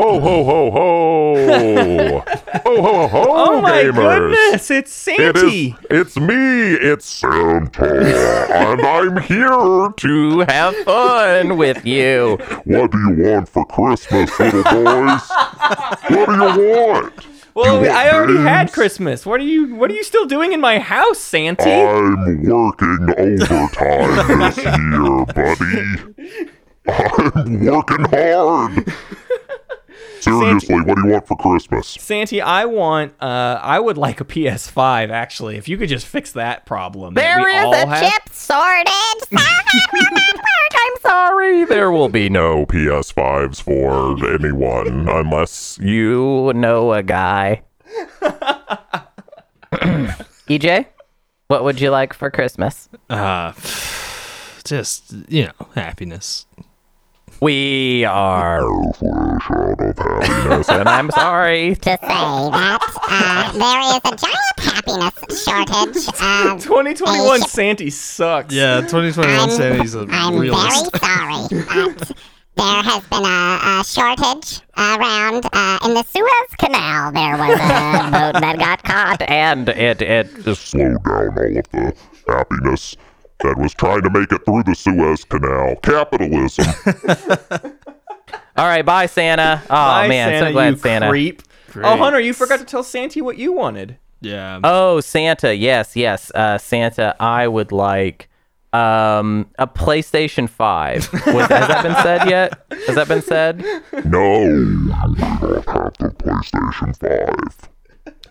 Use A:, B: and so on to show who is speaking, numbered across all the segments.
A: Ho ho ho ho! ho ho ho ho!
B: Oh my
A: gamers.
B: goodness, it's
A: It
B: Santy.
A: is. It's me. It's Santa, and I'm here to.
B: Have fun with you.
A: What do you want for Christmas, little boys? what do you want?
B: Well,
A: You
B: I
A: want
B: already had
A: games?
B: Christmas. What are you what are you still doing in my house, Santy?
A: I'm working overtime this year, buddy. I'm working hard. Seriously, what do you want for Christmas?
B: Santy, I want uh I would like a PS5 actually. If you could just fix that problem. that we all have.
C: shortage.
D: I'm sorry, there will be
A: No PS5s for anyone unless
D: You know a guy. EJ, what would you like for Christmas?
E: Uh, just you know, happiness.
D: We are. and I'm sorry.
C: to say that uh, there is a giant happiness shortage. Um,
B: 2021
D: Oh,
B: Santy sucks.
E: Yeah, 2021 Sandy's a
C: I'm
E: realist.
C: very sorry, but there has been a, a shortage around uh, in the Suez Canal. There was a boat that got caught.
D: And it it just
A: slow down all of the happiness that was trying to make it through the Suez Canal. Capitalism.
D: all right. Bye, Santa. Oh
B: Bye,
D: man,
B: Santa,
D: so glad
B: you
D: Santa.
B: creep. Oh,
E: Great.
B: Hunter, you forgot to tell Santy what you wanted.
E: Yeah.
D: Oh, Santa. Yes, yes, uh, Santa. I would like um a PlayStation Five. Was, has that been said yet? Has that been said?
A: no, we don't have the PlayStation 5.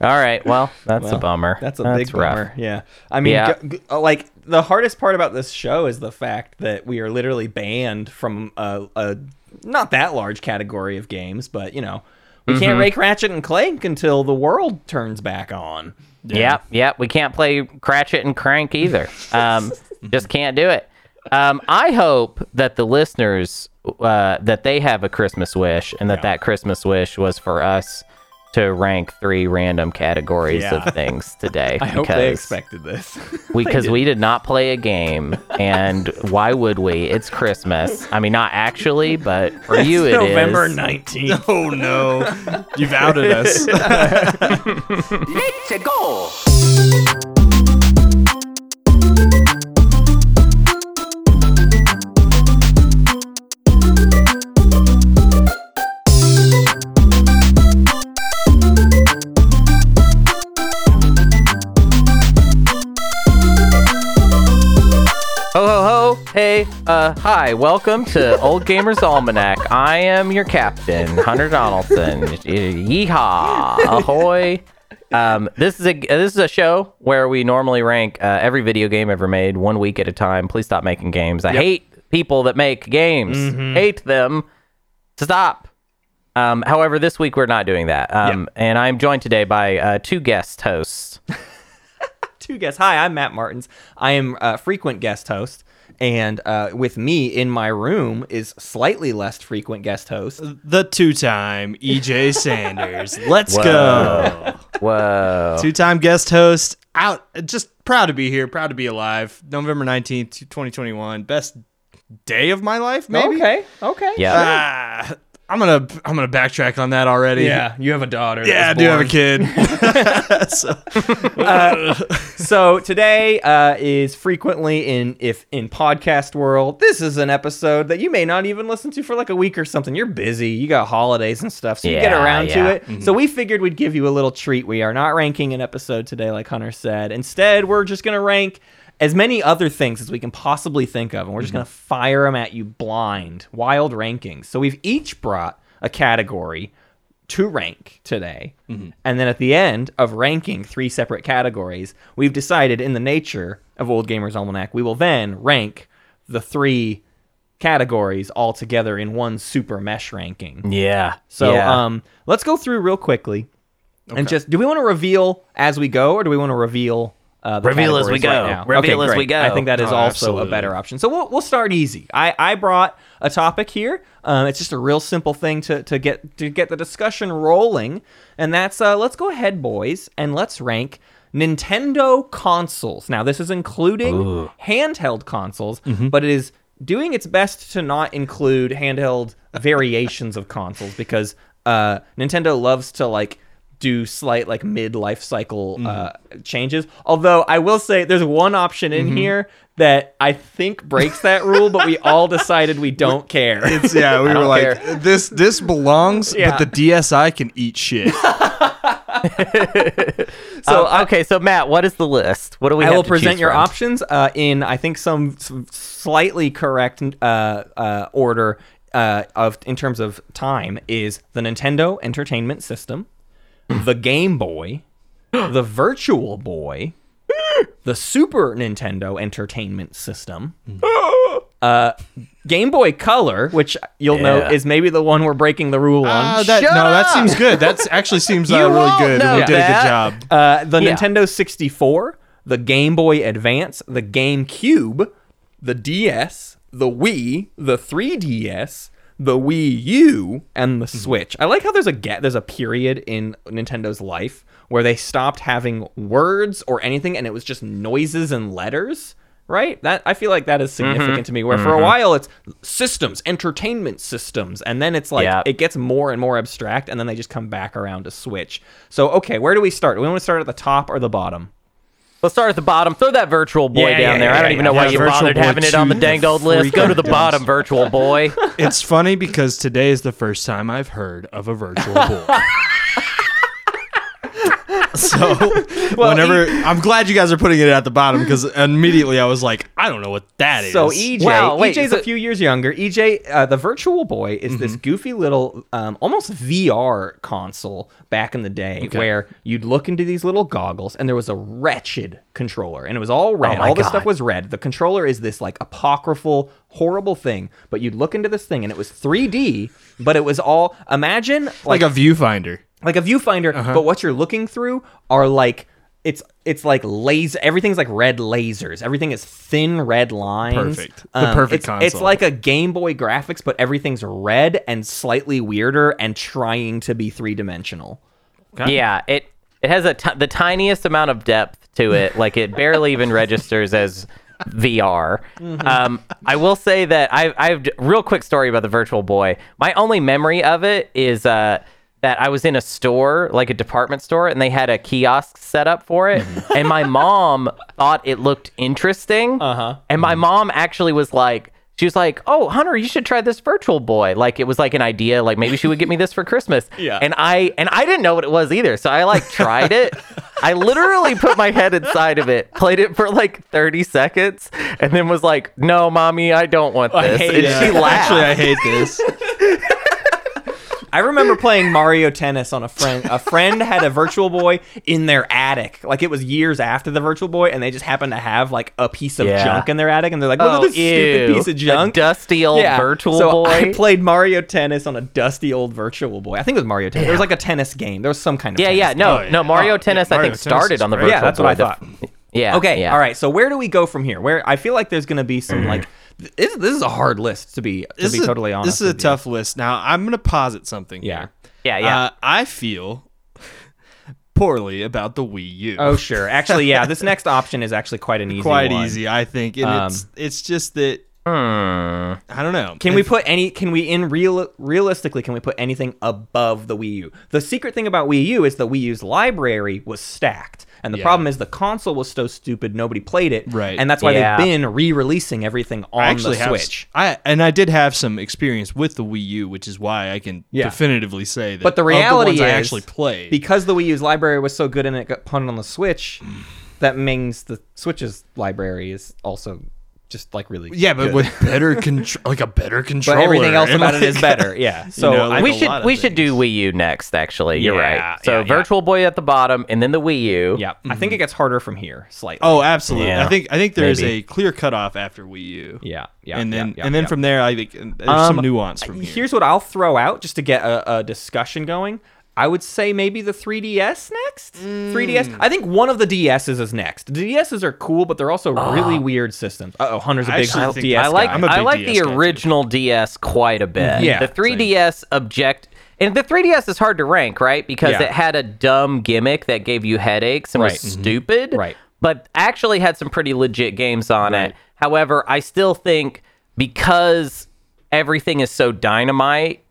D: All right. Well, that's a
B: Well,
D: bummer.
B: That's a big
D: rough.
B: bummer. Yeah. I mean,
D: Yeah.
B: g- g- uh, like the hardest part about this show is the fact that we are literally banned from a, a not that large category of games, but you know, we
D: Mm-hmm.
B: can't rake Ratchet and Clank until the world turns back on.
D: Yep, yep. We can't play Cratchit and Crank either. Um, just can't do it. Um, I hope that the listeners uh, that they have a Christmas wish, and that that Christmas wish was for us to rank three random categories
B: Yeah.
D: of things today.
B: I hope they expected this.
D: because we did not play a game, and why would we? It's Christmas. I mean, not actually, but for you it is.
B: November 19th.
E: Oh no, you've outed us.
D: Ho ho ho! Hey, uh, hi! Welcome to Old Gamers Almanac. I am your captain, Hunter Donaldson. Yeehaw! Ahoy! Um, this is a this is a show where we normally rank uh, every video game ever made one week at a time. Please stop making games. I hate people that make games. Hate them. Stop. Um, however, this week we're not doing that. Um, And I'm joined today by uh, two guest hosts.
B: Two guests. Hi, I'm Matt Martins. I am a frequent guest host. And uh, with me in my room is slightly less frequent guest host.
E: the two-time EJ Sanders. Let's go.
D: Whoa!
E: Two-time guest host. Out. Just proud to be here. Proud to be alive. November nineteenth, twenty twenty-one. Best day of my life. Maybe.
B: Okay. Okay.
D: Yeah.
E: Ah, I'm gonna I'm gonna backtrack on that already.
B: Yeah. You have a daughter. that
E: Yeah, I
B: was
E: do have a
B: born.
E: kid. so,
B: So today uh, is frequently in if in podcast world. This is an episode that you may not even listen to for like a week or something. You're busy, you got holidays and stuff, so you get
D: Yeah,
B: around
D: yeah. Mm-hmm.
B: to it. So we figured we'd give you a little treat. We are not ranking an episode today, like Hunter said. Instead, we're just gonna rank as many other things as we can possibly think of, and
D: Mm-hmm.
B: we're just gonna fire them at you blind, wild rankings. So we've each brought a category to rank today. And then at the end of ranking three separate categories, we've decided in the nature of Old Gamers Almanac, we will then rank the three categories all together in one super mesh ranking.
D: Yeah.
B: So
D: yeah.
B: um let's go through real quickly. And just do we want to reveal as we go or do we want to reveal uh, the
D: Reveal as we
B: categories right
D: go.
B: now?
D: Reveal
B: Okay,
D: as we
B: great. I
D: go.
B: think that is
E: Oh,
B: also a
E: absolutely.
B: better option. So we'll, we'll start easy. I, I brought a topic here. Um, it's just a real simple thing to, to get to get the discussion rolling, and that's uh, let's go ahead, boys, and let's rank Nintendo consoles. Now this is including handheld consoles,
D: Mm-hmm.
B: but it is doing its best to not include handheld variations of consoles because uh, Nintendo loves to like do slight like mid life cycle uh, changes. Although I will say there's one option in here that I think breaks that rule, but we all decided we don't care.
E: It's yeah, we were
D: don't
E: like
D: care.
E: this this belongs,
B: Yeah.
E: but the DSI can eat shit.
D: So okay, so Matt, what is the list? What do we?
B: Uh, I
D: have
B: will
D: to
B: present
D: choose
B: your
D: from?
B: options uh, in, I think, some s- slightly correct uh, uh, order uh, of in terms of time is the Nintendo Entertainment System, the Game Boy, the Virtual Boy, the Super Nintendo Entertainment System. Uh, Game Boy Color, which you'll
D: Yeah. Ah,
B: note is maybe the one we're breaking the rule on.
E: Uh, that,
D: Shut
E: no, that
D: up!
E: seems good. That actually seems uh,
D: You
E: really
D: won't
E: good.
D: know
E: We did a good
D: that.
E: job.
B: Uh, the
D: Yeah.
B: Nintendo 64, the Game Boy Advance, the GameCube, the DS, the Wii, the 3DS, the Wii U, and the Switch. I like how there's a get there's a period in Nintendo's life where they stopped having words or anything, and it was just noises and letters. Right, that I feel like that is significant to me. Where for a while it's systems, entertainment systems, and then it's like
D: Yep.
B: it gets more and more abstract, and then they just come back around to Switch. So, okay, where do we start? Do we want to start at the top or the bottom?
D: Let's start at the bottom. Throw that virtual boy
B: Yeah,
D: down
B: yeah,
D: there.
B: yeah,
D: I don't
B: yeah,
D: even know why
E: yeah.
D: you
E: Virtual
D: bothered
E: Boy
D: having it on the
E: two,
D: danged old list. Go to the
E: freaking
D: bottom, virtual boy.
E: It's funny because today is the first time I've heard of a virtual boy. so, whenever I'm glad you guys are putting it at the bottom because immediately I was like, I don't know what that is.
B: So E EJ,
D: Wow, wait,
B: EJ's a
D: so-
B: few years younger. EJ, uh, the Virtual Boy, is this
D: Mm-hmm.
B: goofy little, um, almost VR console back in the day, where you'd look into these little goggles, and there was a wretched controller, and it was all red.
D: Oh my
B: all the stuff
D: God.
B: was red. The controller is this like apocryphal, horrible thing, but you'd look into this thing, and it was 3D, but it was all imagine
E: like a viewfinder.
B: like a viewfinder but what you're looking through are like it's it's like laser everything's like red lasers everything is thin red lines Um,
E: Perfect. The perfect
B: it's, it's
E: console.
B: like a game boy graphics but everything's red and slightly weirder and trying to be three-dimensional
D: Yeah, it it has a t- the tiniest amount of depth to it. Like it barely even registers as VR. Um, I will say that I I've real quick story about the Virtual Boy. My only memory of it is uh, that I was in a store, like a department store, and they had a kiosk set up for it. and my mom thought it looked interesting. Uh-huh. And my mom actually was like. She was like, "Oh, Hunter, you should try this Virtual Boy." Like it was like an idea, like maybe she would get me this for Christmas.
B: Yeah.
D: And I and I didn't know what it was either. So I like tried it. I literally put my head inside of it, played it for like 30 seconds, and then was like, "No, mommy, I don't want this."
B: hate
D: and
B: it.
D: she laughed.
E: Actually, I hate this.
B: I remember playing Mario Tennis on a friend. A friend had a Virtual Boy in their attic. Like it was years after the Virtual Boy, and they just happened to have like a piece of
D: Yeah.
B: junk in their attic, and they're like, "Look
D: Oh,
B: at this stupid
D: ew.
B: piece of
D: A
B: junk,
D: dusty old Virtual
B: so I
D: Boy.
B: played Mario Tennis on a dusty old Virtual Boy. I think it was Mario Tennis. There was like a tennis game. There was some kind of
D: yeah,
B: tennis
D: yeah.
B: game.
D: No,
E: Oh, yeah.
D: no, Mario
E: Oh,
D: Tennis
E: yeah,
D: I
E: Mario
D: think
E: Tennis
D: started
E: is
D: on the
E: great.
D: Virtual
B: Yeah, that's what I
D: Boy. The-
B: thought.
D: Yeah.
B: Okay,
D: yeah. Mm.
B: all right. So where do we go from here? Where I feel like there's going to be some like th- this, this is a hard list to be to
E: This
B: be
E: is a-
B: totally honest.
E: This is a
B: with you.
E: tough list. Now I'm gonna posit something.
B: Yeah.
E: here.
D: Yeah, yeah.
E: Uh, I feel poorly about the Wii U.
B: Oh sure. Actually, yeah. This next option is actually quite an easy
E: quite
B: one. Um,
E: easy, I think. And it's it's just that
D: Hmm.
E: I don't know.
B: Can we put any? Can we in real realistically? Can we put anything above the Wii U? The secret thing about Wii U is the Wii U's library was stacked, and the
E: Yeah.
B: problem is the console was so stupid nobody played it.
E: Right.
B: and that's why
D: Yeah.
B: they've been re-releasing everything on
E: I actually
B: the
E: have
B: Switch.
E: I and I did have some experience with the Wii U, which is why I can
B: Yeah.
E: definitively say that.
B: But the
E: of
B: reality
E: ones
B: is
E: I actually played.
B: because the Wii U's library was so good and it got punted on the Switch, that means the Switch's library is also just like really
E: yeah, but
B: good.
E: with better control, like a better controller.
B: but everything else
E: and,
B: about it is
E: like,
B: better. Yeah, so
E: know,
B: I,
E: like-
D: we
E: a lot
D: should
E: of
D: we should do Wii U next. Actually, you're
E: Yeah,
D: right. So
E: yeah, yeah.
D: Virtual Boy at the bottom, and then the Wii U.
B: yeah, I think it gets harder from here slightly.
E: Mm-hmm. Oh, absolutely.
D: Yeah.
E: I think I think there is
D: Maybe.
E: a clear cutoff after Wii U.
B: yeah, yeah,
E: and then
B: yeah, yeah,
E: and then
B: yeah. Um,
E: from there, I think and there's some nuance from here.
B: Here's what I'll throw out just to get a, a discussion going. I would say maybe the 3DS next.
D: Mm.
B: 3DS. I think one of the DSs is next. The DSs are cool, but they're also really weird systems. Uh oh, Hunter's a
E: I
B: big
E: actually think-
B: DS.
D: I like
B: guy.
E: I'm a
D: I
E: big
D: like
E: DS
D: the
E: guy, too.
D: original DS quite a bit.
B: Yeah.
D: the 3DS object and the 3DS is hard to rank, right? Because
B: Yeah.
D: it had a dumb gimmick that gave you headaches and
B: Right. Mm-hmm.
D: was stupid.
B: Right.
D: But actually had some pretty legit games on it. However, I still think because everything is so dynamite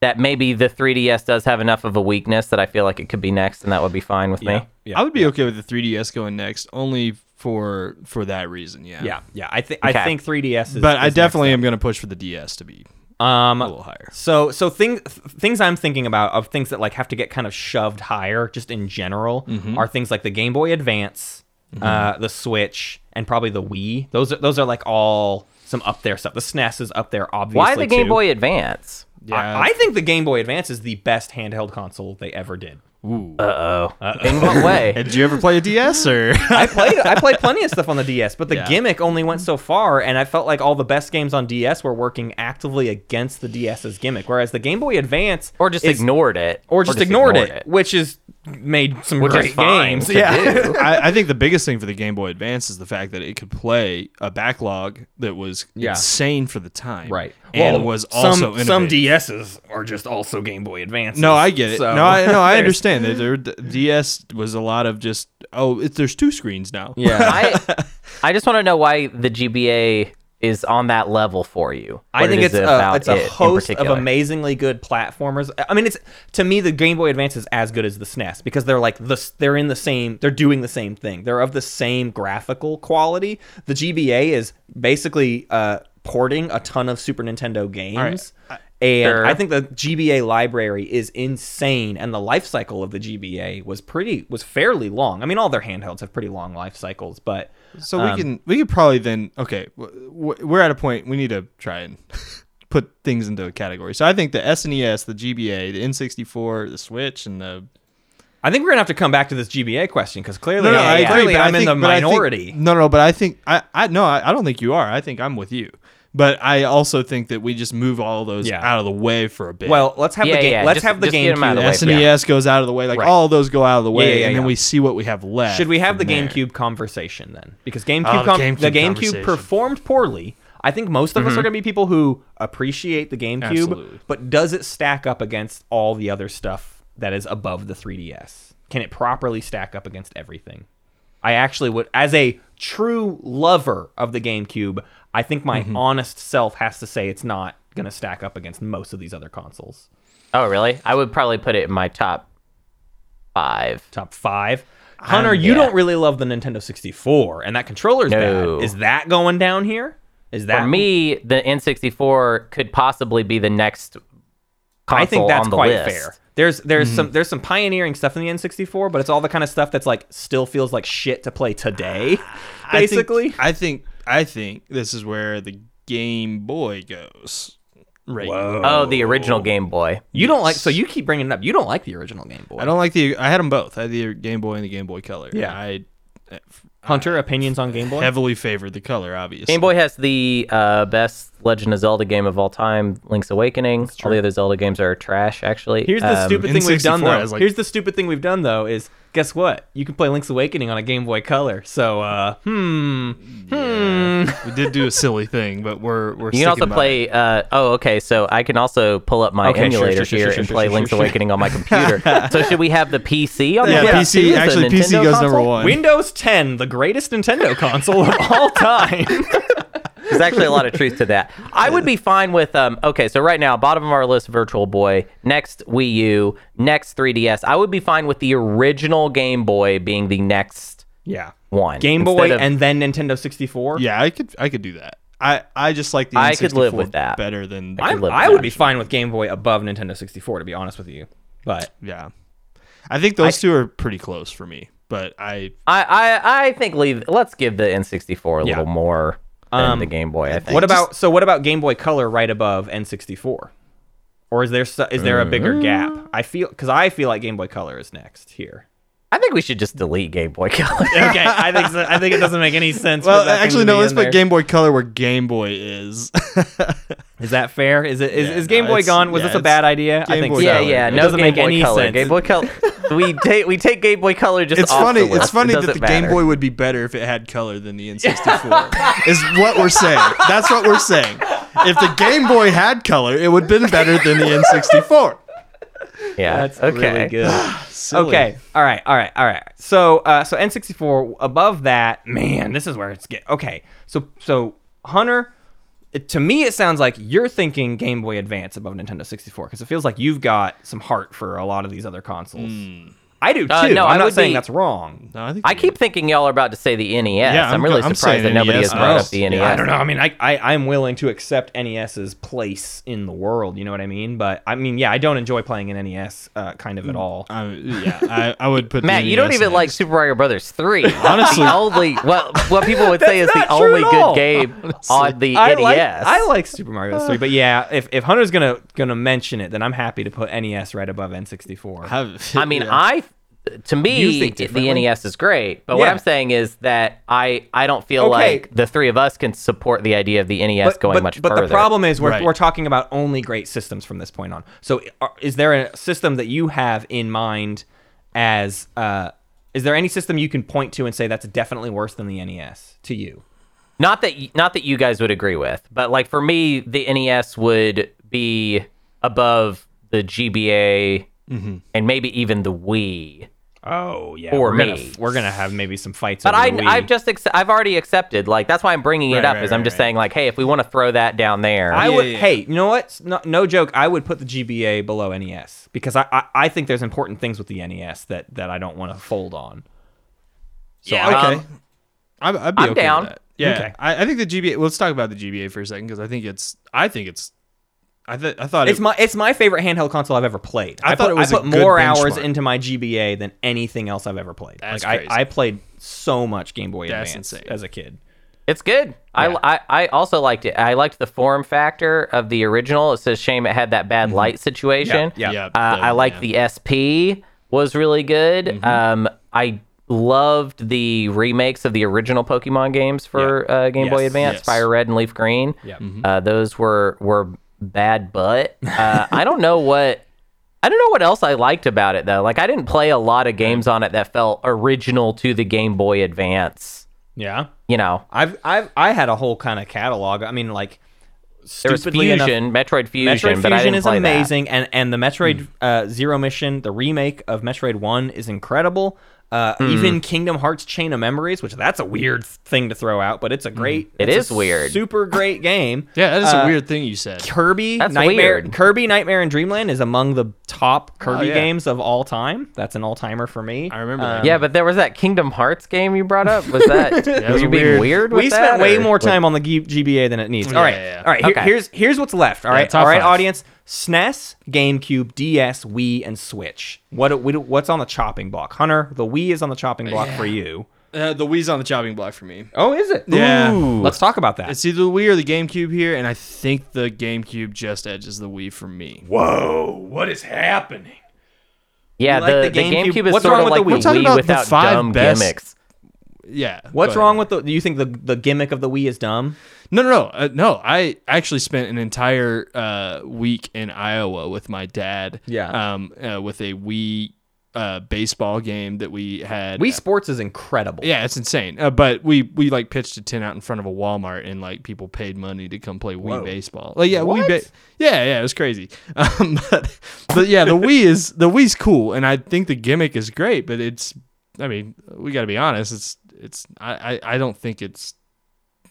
D: that maybe the 3DS does have enough of a weakness that I feel like it could be next, and that would be fine with
F: Yeah.
D: me.
F: Yeah.
E: I would be okay with the 3DS going next, only for for that reason. Yeah.
B: Yeah, yeah. I think
D: Okay.
B: I think 3DS is.
E: But I
B: is next
E: definitely am going to push for the DS to be
B: up. um
E: a little higher.
B: So so things things I'm thinking about of things that like have to get kind of shoved higher just in general
D: Mm-hmm.
B: are things like the Game Boy Advance, uh, the Switch, and probably the Wii. Those are those are like all some up there stuff. The SNES is up there obviously.
D: Why the Game
B: too.
D: Boy Advance?
E: Yeah.
B: I, I think the Game Boy Advance is the best handheld console they ever did.
E: Ooh.
D: In what way?
E: Uh, Did you ever play a DS or?
B: I played I played plenty of stuff on the DS, but the
E: Yeah.
B: gimmick only went so far, and I felt like all the best games on DS were working actively against the DS's gimmick, whereas the Game Boy Advance
D: Or just
B: is-
D: ignored it?
B: or just ignored, it,
D: it.
B: which is made some
D: Which is
B: great
D: fine
B: games.
D: to
B: Yeah,
E: I, I think the biggest thing for the Game Boy Advance is the fact that it could play a backlog that was
B: Yeah.
E: insane for the time,
B: right.
E: And
B: Well,
E: was
B: some
E: also
B: some
E: innovative.
B: DSs are just also Game Boy Advances.
E: No, I get it.
B: so-
E: No, I, no, I
B: there's-
E: understand. There, there, the DS was a lot of just oh, it, there's two screens now.
B: Yeah.
D: I, I just want to know why the GBA is on that level for you.
B: I
D: What
B: think
D: it
B: it's
D: is
B: a,
D: about
B: it's
D: it
B: a
D: in
B: host of
D: particular.
B: amazingly good platformers. I mean, it's to me the Game Boy Advance is as good as the SNES because they're like the s- they're in the same they're doing the same thing. They're of the same graphical quality. The GBA is basically uh, porting a ton of Super Nintendo games. And
D: Sure.
B: I think the GBA library is insane, and the life cycle of the GBA was pretty was fairly long. I mean, all their handhelds have pretty long life cycles, but
E: So
B: Um,
E: we can we could probably then okay, w- w- we're at a point we need to try and put things into a category. So I think the SNES, the GBA, the N64, the Switch, and the
B: I think we're gonna have to come back to this GBA question because clearly,
E: no, no,
B: I,
E: I agree,
B: clearly
E: but I
B: I'm in
E: think-
B: the
E: but I think-
B: minority.
E: no, no, but I think I, I no, I, I don't think you are. I think I'm with you. But I also think that we just move all those
B: Yeah.
E: out of the way for a bit.
B: Well, let's have
D: Yeah,
B: the game.
D: yeah,
B: let's
D: just-
B: have the
D: just
B: game.
D: get 'em out of the way.
B: cube.
E: SNES E goes out of the way, like all those go out of the way,
B: yeah,
E: and then
B: yeah.
E: we see what we have left.
B: Should we have the
E: from there.
B: GameCube conversation then? Because GameCube,
E: Oh, the
B: com-
E: GameCube
B: the GameCube
E: conversation.
B: performed poorly. I think most of us
D: Mm-hmm.
B: are going to be people who appreciate the GameCube,
E: Absolutely.
B: but does it stack up against all the other stuff that is above the 3DS? Can it properly stack up against everything? I actually would, as a true lover of the GameCube, I think my
D: Mm-hmm.
B: honest self has to say it's not going to stack up against most of these other consoles.
D: Oh, really? I would probably put it in my top five.
B: top five. Hunter, you
D: yeah.
B: don't really love the Nintendo 64, and that controller's
D: No.
B: bad. Is that going down here? Is that
D: For me, the N64 could possibly be the next console
B: I think that's
D: on the
B: quite
D: list. Mm-hmm.
B: fair. There's there's some there's some pioneering stuff in the N64, but it's all the kind of stuff that's like still feels like shit to play today,
E: I think-
B: basically.
E: I think I think this is where the Game Boy goes. Right.
D: Oh, the original Game Boy.
B: you don't like so you keep bringing it up. You don't like the original Game Boy.
E: I don't like the. I had them both. I had the Game Boy and the Game Boy Color.
B: Yeah.
E: I
B: Hunter opinions on Game Boy.
E: heavily favored the color, obviously.
D: Game Boy has the uh, best Legend of Zelda game of all time, Link's Awakening. All the other Zelda games are trash, actually.
B: Here's the
D: Um,
B: stupid thing we've done
E: N64
B: though.
E: has, like-
B: Here's the stupid thing we've done though is guess what? You can play Link's Awakening on a Game Boy Color. So uh, hmm,
E: we did do a silly thing, but we're we're.
D: You can also play. Uh, oh, okay. So I can also pull up my
B: Okay, sure,
D: emulator
B: sure, sure,
D: here
B: sure,
D: and
B: sure,
D: play
B: sure,
D: Link's
B: sure, sure.
D: Awakening on my computer. so should we have the PC on
E: Yeah,
D: the list, too,
E: PC
D: as a
E: actually PC
D: Nintendo
E: goes number
D: console?
E: one.
B: Windows 10, the greatest Nintendo console of all time.
D: There's actually a lot of truth to that. I would be fine with um okay, so right now bottom of our list Virtual Boy, next Wii U, next 3DS. I would be fine with the original Game Boy being the next
B: yeah.
D: one.
B: Game
D: instead
B: Boy
D: of-
B: and then Nintendo 64.
E: Yeah, I could I could do that. I I just like the.
D: I
E: N64
D: could live with that.
E: better than.
D: I
B: I,
D: could live
B: I
D: with
B: would
D: that.
B: be fine with Game Boy above Nintendo 64, to be honest with you. But
E: yeah, I think those two are pretty close for me. But I
D: I I I think leave let's give the N64 a
B: Yeah. Um,
D: little more than the Game Boy, I think.
B: what about so? What about Game Boy Color right above N64? Or is there stu- is there a bigger gap? I feel because I feel like Game Boy Color is next here.
D: I think we should just delete Game Boy Color.
B: Okay, I think so, I think it doesn't make any sense. for
E: well
B: that thing
E: actually
B: to
E: no.
B: be
E: Let's
B: in
E: put
B: there.
E: Game Boy Color where Game Boy is.
B: Is that fair? Is it is,
E: Yeah,
B: is Game
E: no,
B: Boy
E: it's-
B: gone? Was
E: yeah,
B: this a
E: it's
B: bad idea? I
E: Game
B: think
E: Boy
B: so.
D: yeah,
E: Color.
D: yeah.
B: It
D: No
B: doesn't
D: Game
B: make
D: Boy
B: any
D: Color.
B: sense.
D: Game Boy Color we take we take Game Boy Color just
E: It's
D: off
E: funny.
D: the list.
E: It's funny
D: It
E: that the
D: doesn't matter.
E: Game Boy would be better if it had color than the N64. is what we're saying. That's what we're saying. If the Game Boy had color, it would have been better than the N64.
D: Yeah.
B: That's
D: okay.
B: really good.
E: Silly.
B: Okay. All right. All right. All right. So uh, so N64 above that, man, this is where it's get okay. So so Hunter it- to me, it sounds like you're thinking Game Boy Advance above Nintendo 64 because it feels like you've got some heart for a lot of these other consoles. I do too.
D: Uh, no, I
B: I'm not
D: would
B: saying
D: be-
B: that's wrong.
E: No, I think
D: I keep thinking y'all are about to say the NES.
E: Yeah,
D: I'm,
E: I'm-
D: really
E: I'm saying
D: surprised that
B: E
D: nobody
E: NES
D: has brought up
E: first.
D: the E
E: Yeah,
D: NES.
B: Oh, I don't know. I mean, I, I I'm willing to accept NES's place in the world. You know what I mean? But I mean, yeah, I don't enjoy playing an NES uh, kind
D: Hmm.
B: of at all.
E: I, yeah, I, I would put the
D: Matt, you
B: E
D: don't
E: NES
D: even
E: next.
D: like Super Mario Brothers 3.
E: Honestly.
D: the only what what people would say is
B: That's
D: the
B: not true
D: only
B: at all.
D: good game on the E
B: I
D: NES.
B: like I like Super Mario 3, but yeah, if, if Hunter's gonna gonna mention it, then I'm happy to put NES right above N64.
E: Have,
D: I mean,
E: yeah.
D: I to
B: E You
D: me
B: think
D: the
B: differently?
D: NES is great, but what
B: Yeah.
D: I'm saying is that I I don't feel
B: Okay.
D: like the three of us can support the idea of the NES going much
B: but
D: further.
B: the problem is we're,
E: Right.
B: we're talking about only great systems from this point on. So are, is there a system that you have in mind as uh, is there any system you can point to and say that's definitely worse than the NES to you?
D: not that y- not that you guys would agree with, but like for me, the NES would be above the GBA and maybe even the Wii.
B: Oh yeah,
D: For
B: we're gonna-
D: me.
B: we're gonna have maybe some fights.
D: But
B: over
D: I,
B: the Wii.
D: I've just, acce- I've already accepted. Like that's why I'm bringing it
E: Right,
D: up.
E: right,
D: is I'm
E: right,
D: just
E: right.
D: saying like, hey, if we want to throw that down there,
B: I
E: Oh, Yeah,
B: would.
E: yeah.
B: Hey, you know what? No, no joke. I would put the GBA below NES because I, I, I think there's important things with the NES that that I don't want to fold on. So
E: yeah,
B: I-
E: okay.
D: um,
E: I'm, I'd be
D: I'm
E: okay
D: down.
E: With that. Yeah,
B: Okay.
E: I, I think the GBA. Let's talk about the GBA for a second because I think it's. I think it's. I th- I thought
B: It's
E: it,
B: my it's my favorite handheld console I've ever played.
E: I thought
B: put,
E: it was
B: I
E: a
B: put
E: good
B: more hours
E: benchmark.
B: into my GBA than anything else I've ever played.
E: That's
B: like
E: crazy.
B: I, I played so much Game Boy
E: That's
B: Advance
E: insane.
B: as a kid.
D: It's good. I, I I also liked it. I liked the form factor of the original. It's a shame it had that bad light situation.
B: Yeah,
E: yeah,
D: Uh,
E: the-
D: I
E: yeah.
D: liked the SP was really good.
B: Mm-hmm.
D: Um, I loved the remakes of the original Pokemon games for uh, Game Boy
B: Yes.
D: Advance,
E: Yes.
D: Fire Red and Leaf Green.
B: Yeah.
E: Mm-hmm.
D: Uh, those were were bad, but uh, I don't know what. I don't know what else I liked about it though. Like I didn't play a lot of games on it that felt original to the Game Boy Advance.
B: Yeah.
D: You know,
B: I've I've I had a whole kind of catalog. I mean, like
D: There was
B: stupidly enough-
D: Fusion, Metroid Fusion,
B: Metroid
D: but I
B: Fusion
D: didn't
B: is
D: play that. Hmm.
B: amazing, and and the Metroid uh, Zero Mission, the remake of Metroid One, is incredible. Uh,
D: Hmm.
B: Even Kingdom Hearts Chain of Memories, which that's a weird thing to throw out, but it's a great.
D: Hmm. It
B: it's a
D: is weird.
B: Super great game.
E: Yeah, that is
B: Uh,
E: a weird thing you said.
B: Kirby
D: That's
B: Nightmare
D: weird. Oh,
B: Kirby Nightmare and Dreamland is among the top Kirby
E: yeah.
B: games of all time. That's an all timer for me.
E: I remember that.
D: Yeah, but there was that Kingdom Hearts game you brought up. Was that
E: Um, that
D: were
E: was
D: you being
E: weird.
D: weird? With
B: we
D: that,
B: spent way
D: or-
B: more time on the G- GBA than it needs.
E: Yeah,
B: all right,
E: yeah, yeah.
B: all right. here-
D: Okay.
B: here's here's what's left. All right,
E: top
B: all right,
E: five.
B: audience. SNES, GameCube, DS, Wii, and Switch. What we, what's on the chopping block? Hunter, the Wii is on the chopping block for you.
E: Uh, the Wii's on the chopping block for me.
B: Oh, is it?
E: Yeah.
B: Ooh. Let's talk about that.
E: It's either the Wii or the GameCube here, and I think the GameCube just edges the Wii for me.
B: Whoa, what is happening?
D: Yeah,
B: You like
D: the,
B: the
D: the GameCube,
B: GameCube?
D: is
B: What's
D: sort
B: wrong
D: of
B: with
D: like
B: the Wii? We're
D: the
E: talking
D: Wii
E: about the
D: without
E: five
D: dumb
E: best-
D: gimmicks.
E: Yeah.
B: What's
E: go ahead.
B: wrong with the? Do you think the the gimmick of the Wii is dumb?
E: No, no, no, uh, no. I actually spent an entire uh, week in Iowa with my dad.
B: Yeah.
E: Um, uh, with a Wii uh, baseball game that we had.
B: Wii Sports is incredible.
E: yeah, it's insane. Uh, but we we like pitched a tent out in front of a Walmart, and like people paid money to come play Wii baseball. Like yeah, Wii. Ba- yeah, yeah, it was crazy. Um, but, but yeah, the Wii is the Wii's cool, and I think the gimmick is great. But it's, I mean, we got to be honest. It's it's I, I I don't think it's.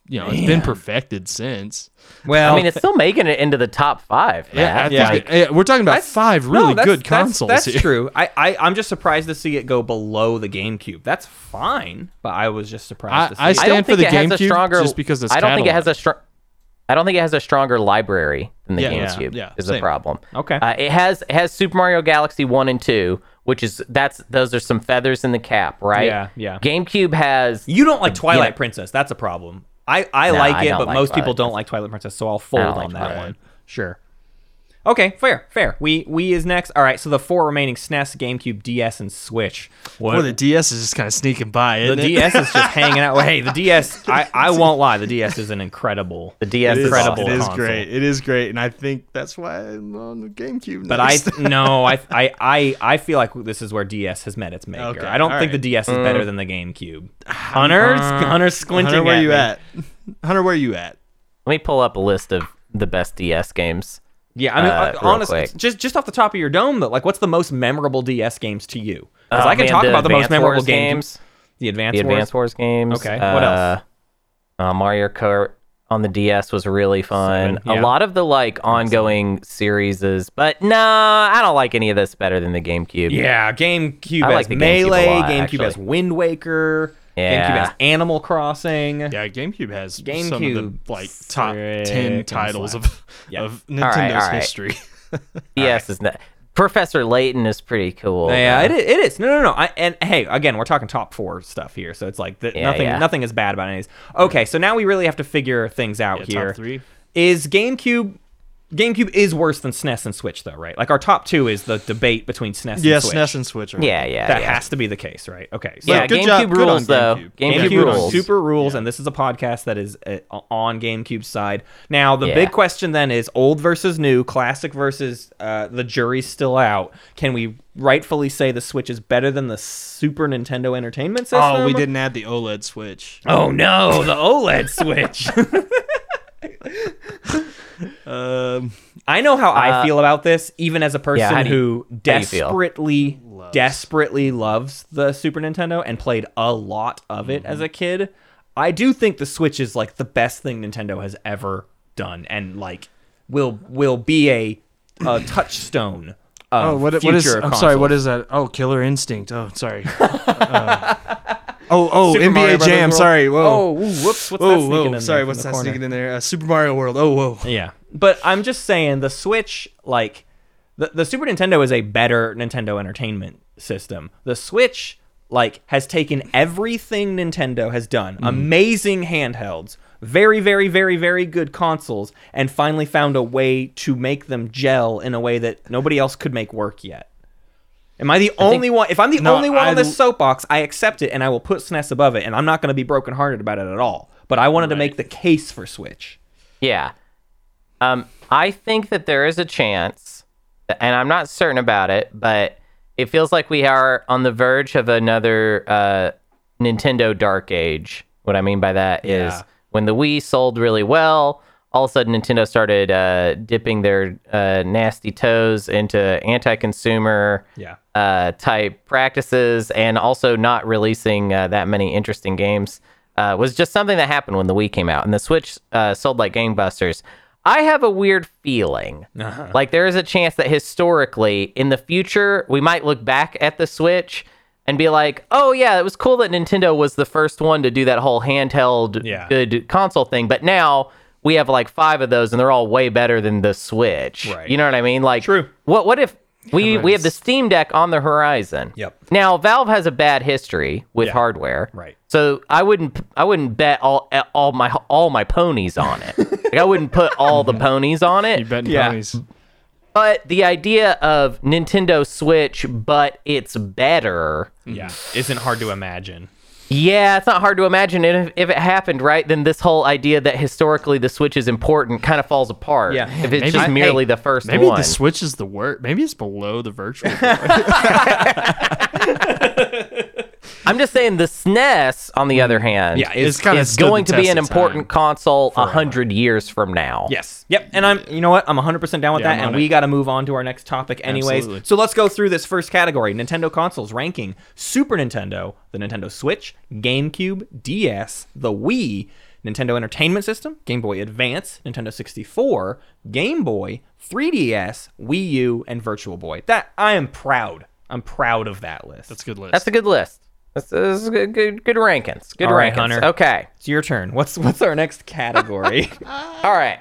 E: You know, it's been perfected since.
B: Well,
D: I mean, it's still making it into the top five.
E: Yeah,
D: Matt.
E: I think- yeah, we're talking about
B: That's-
E: five really
B: No, that's-
E: good
B: that's-
E: consoles
B: That's,
E: here.
B: true. I, I I'm just surprised to see it go below the GameCube. That's fine, but I was just surprised to see.
E: I
B: it.
E: stand
D: I don't
E: for
D: think
E: the
D: it has a
E: GameCube
D: stronger.
E: just because it's
D: I don't think it has
E: catalog.
D: a strong. I don't think it has a stronger library than the
E: Yeah, yeah,
D: GameCube.
E: yeah,
D: is a
E: same.
D: problem.
B: Okay.
D: Uh, it has it has Super Mario Galaxy one and two, which is that's those are some feathers in the cap, right?
B: Yeah, yeah.
D: GameCube has
B: you don't like Twilight
D: Yeah.
B: Princess. That's a problem. I I
D: No, I
B: like it,
D: don't
B: but
D: like
B: most people
D: Twilight
B: don't like Twilight Princess, so I'll fold
D: don't
B: on
D: like
B: that
D: Twilight.
B: one. Sure. Okay, fair, fair. We we is next. All right, so the four remaining SNES, GameCube, DS, and Switch. What
E: Well, the DS is just kind of sneaking by.
B: the
E: Isn't it?
B: DS is just hanging out. Well, hey, the DS. I, I won't lie. The DS is an incredible.
D: the DS is
B: incredible
D: awesome.
E: It is
B: console.
E: great. It is great, and I think that's why I'm on the GameCube.
B: But I no, I, I I I feel like this is where DS has met its maker.
E: Okay,
B: I don't
E: all
B: think the
E: right. Mm. uh,
B: DS is better than the GameCube. Hunter, Hunter squinting.
E: Hunter, where
B: at
E: you
B: me.
E: at? Hunter, where you at?
D: Let me pull up a list of the best DS games.
B: Yeah, I mean,
D: Uh,
B: uh,
D: real
B: honestly,
D: quick.
B: just just off the top of your dome, though, like, what's the most memorable DS games to you? Because
D: Uh,
B: I can
D: man,
B: talk
D: the
B: about the most
D: Advance
B: memorable
D: Wars
B: game-
D: games.
B: the Advance,
D: the Advance
B: Wars.
D: Wars games.
B: Okay, what else?
D: Uh, Mario Kart on the DS was really
B: Seven,
D: fun.
B: yeah.
D: A lot of the like ongoing series is, but no, I don't like any of this better than the GameCube.
B: Yeah, GameCube
D: I like
B: has
D: the GameCube a
B: Melee,
D: lot,
B: GameCube
D: actually.
B: has Wind Waker, GameCube
D: Yeah.
B: has Animal Crossing.
E: Yeah, GameCube has some of
B: GameCube
E: the like top ten
B: freaking
E: titles of,
B: Yeah.
E: of
D: right,
E: Nintendo's
D: all right.
E: history.
D: DS is not. Professor Layton is pretty cool.
B: Yeah,
D: though.
B: it, i- it is. No, no, no. I, and hey, again, we're talking top four stuff here, so it's like the,
D: Yeah,
B: nothing,
D: yeah.
B: nothing is bad about any of these. Okay, so now we really have to figure things out
E: Yeah, top
B: here.
E: three.
B: is GameCube. GameCube is worse than SNES and Switch, though, right? Like our top two is the debate between SNES.
E: yeah, E
B: and Switch.
E: SNES and Switch. Are
D: Yeah, yeah,
B: That
D: yeah.
B: has to be the case, right? Okay. So
D: yeah,
E: good
D: GameCube
E: job- good on
D: rules though.
E: GameCube.
D: GameCube,
B: GameCube
E: rules.
D: rules.
B: super rules, and this is a podcast that is uh, on GameCube's side. Now, the
D: Yeah.
B: big question then is old versus new, classic versus uh, the jury's still out. Can we rightfully say the Switch is better than the Super Nintendo Entertainment System?
E: Oh, we didn't add the OLED Switch.
B: Oh no, the OLED Switch.
E: Um,
B: I know how I feel about this, even as a person
D: Uh, how do
B: who
D: you- how do you feel?
B: desperately,
E: Loves.
B: desperately loves the Super Nintendo and played a lot of it
E: Mm-hmm.
B: as a kid. I do think the Switch is like the best thing Nintendo has ever done, and like will will be a, a touchstone. Of
E: oh, what,
B: future
E: what is? I'm sorry.
B: consoles.
E: What is that? Oh, Killer Instinct. Oh, sorry. Uh, oh, oh,
B: Super
E: NBA
B: Mario Brothers
E: Jam.
B: World.
E: Sorry. Whoa.
B: Oh, ooh, whoops. What's that
E: Whoa,
B: sneaking in
E: whoa,
B: there
E: sorry,
B: from
E: what's
B: the
E: that
B: corner?
E: sneaking in there? Uh, Super Mario World. Oh, whoa.
B: Yeah. But I'm just saying the Switch, like the, the Super Nintendo is a better Nintendo entertainment system. The Switch, like, has taken everything Nintendo has done. Amazing handhelds, very, very, very, very good consoles, and finally found a way to make them gel in a way that nobody else could make work yet. Am I the only one? If I'm the
E: No,
B: only one on
E: I-
B: this soapbox, I accept it and I will put SNES above it, and I'm not going to be brokenhearted about it at all. But I wanted to make the case for Switch.
D: Yeah. Um, I think that there is a chance, and I'm not certain about it, but it feels like we are on the verge of another uh, Nintendo Dark Age. What I mean by that is
B: Yeah.
D: when the Wii sold really well, all of a sudden Nintendo started uh, dipping their uh, nasty toes into anti consumer
B: Yeah.
D: uh, type practices and also not releasing uh, that many interesting games uh, was just something that happened when the Wii came out and the Switch uh, sold like gangbusters. I have a weird feeling.
B: Uh-huh.
D: Like there is a chance that historically in the future we might look back at the Switch and be like, "Oh yeah, it was cool that Nintendo was the first one to do that whole handheld
B: Yeah.
D: good console thing, but now we have like 5 of those and they're all way better than the Switch."
B: Right.
D: You know what I mean? Like
B: True.
D: what what if we we have the Steam Deck on the horizon?
B: Yep.
D: Now Valve has a bad history with hardware.
B: Right.
D: So I wouldn't I wouldn't bet all all my all my ponies on it. like I wouldn't put all the ponies on it.
E: Mhm. You betting
B: Yeah.
E: ponies.
D: But the idea of Nintendo Switch, but it's better.
B: Yeah,
E: Mm-hmm.
B: isn't hard to imagine.
D: Yeah, it's not hard to imagine. And if, if it happened, right, then this whole idea that historically the Switch is important kind of falls apart.
B: Yeah.
D: If it's
E: Maybe-
D: just
E: I-
D: merely
E: hey,
D: the first
E: Maybe
D: one.
E: the Switch is the worst. Maybe it's below the virtual.
D: I'm just saying the SNES, on
E: Mm.
D: the other hand,
B: Yeah,
E: it's kind of
D: is going to be an important console a hundred years from now.
B: Yes. Yep. And I'm, you know what? I'm 100% down with
E: Yeah,
B: that.
E: I'm
B: And
E: on
B: we
E: it.
B: got to move on to our next topic, anyways.
E: Absolutely.
B: So let's go through this first category Nintendo consoles ranking Super Nintendo, the Nintendo Switch, GameCube, DS, the Wii, Nintendo Entertainment System, Game Boy Advance, Nintendo 64, Game Boy, 3DS, Wii U, and Virtual Boy. That, I am proud. I'm proud of that list.
E: That's a good list.
D: That's a good list. That's, this is good, good, good rankings. Good
B: All right,
D: rankings.
B: Hunter.
D: Okay.
B: it's your turn. What's what's our next category?
D: All right.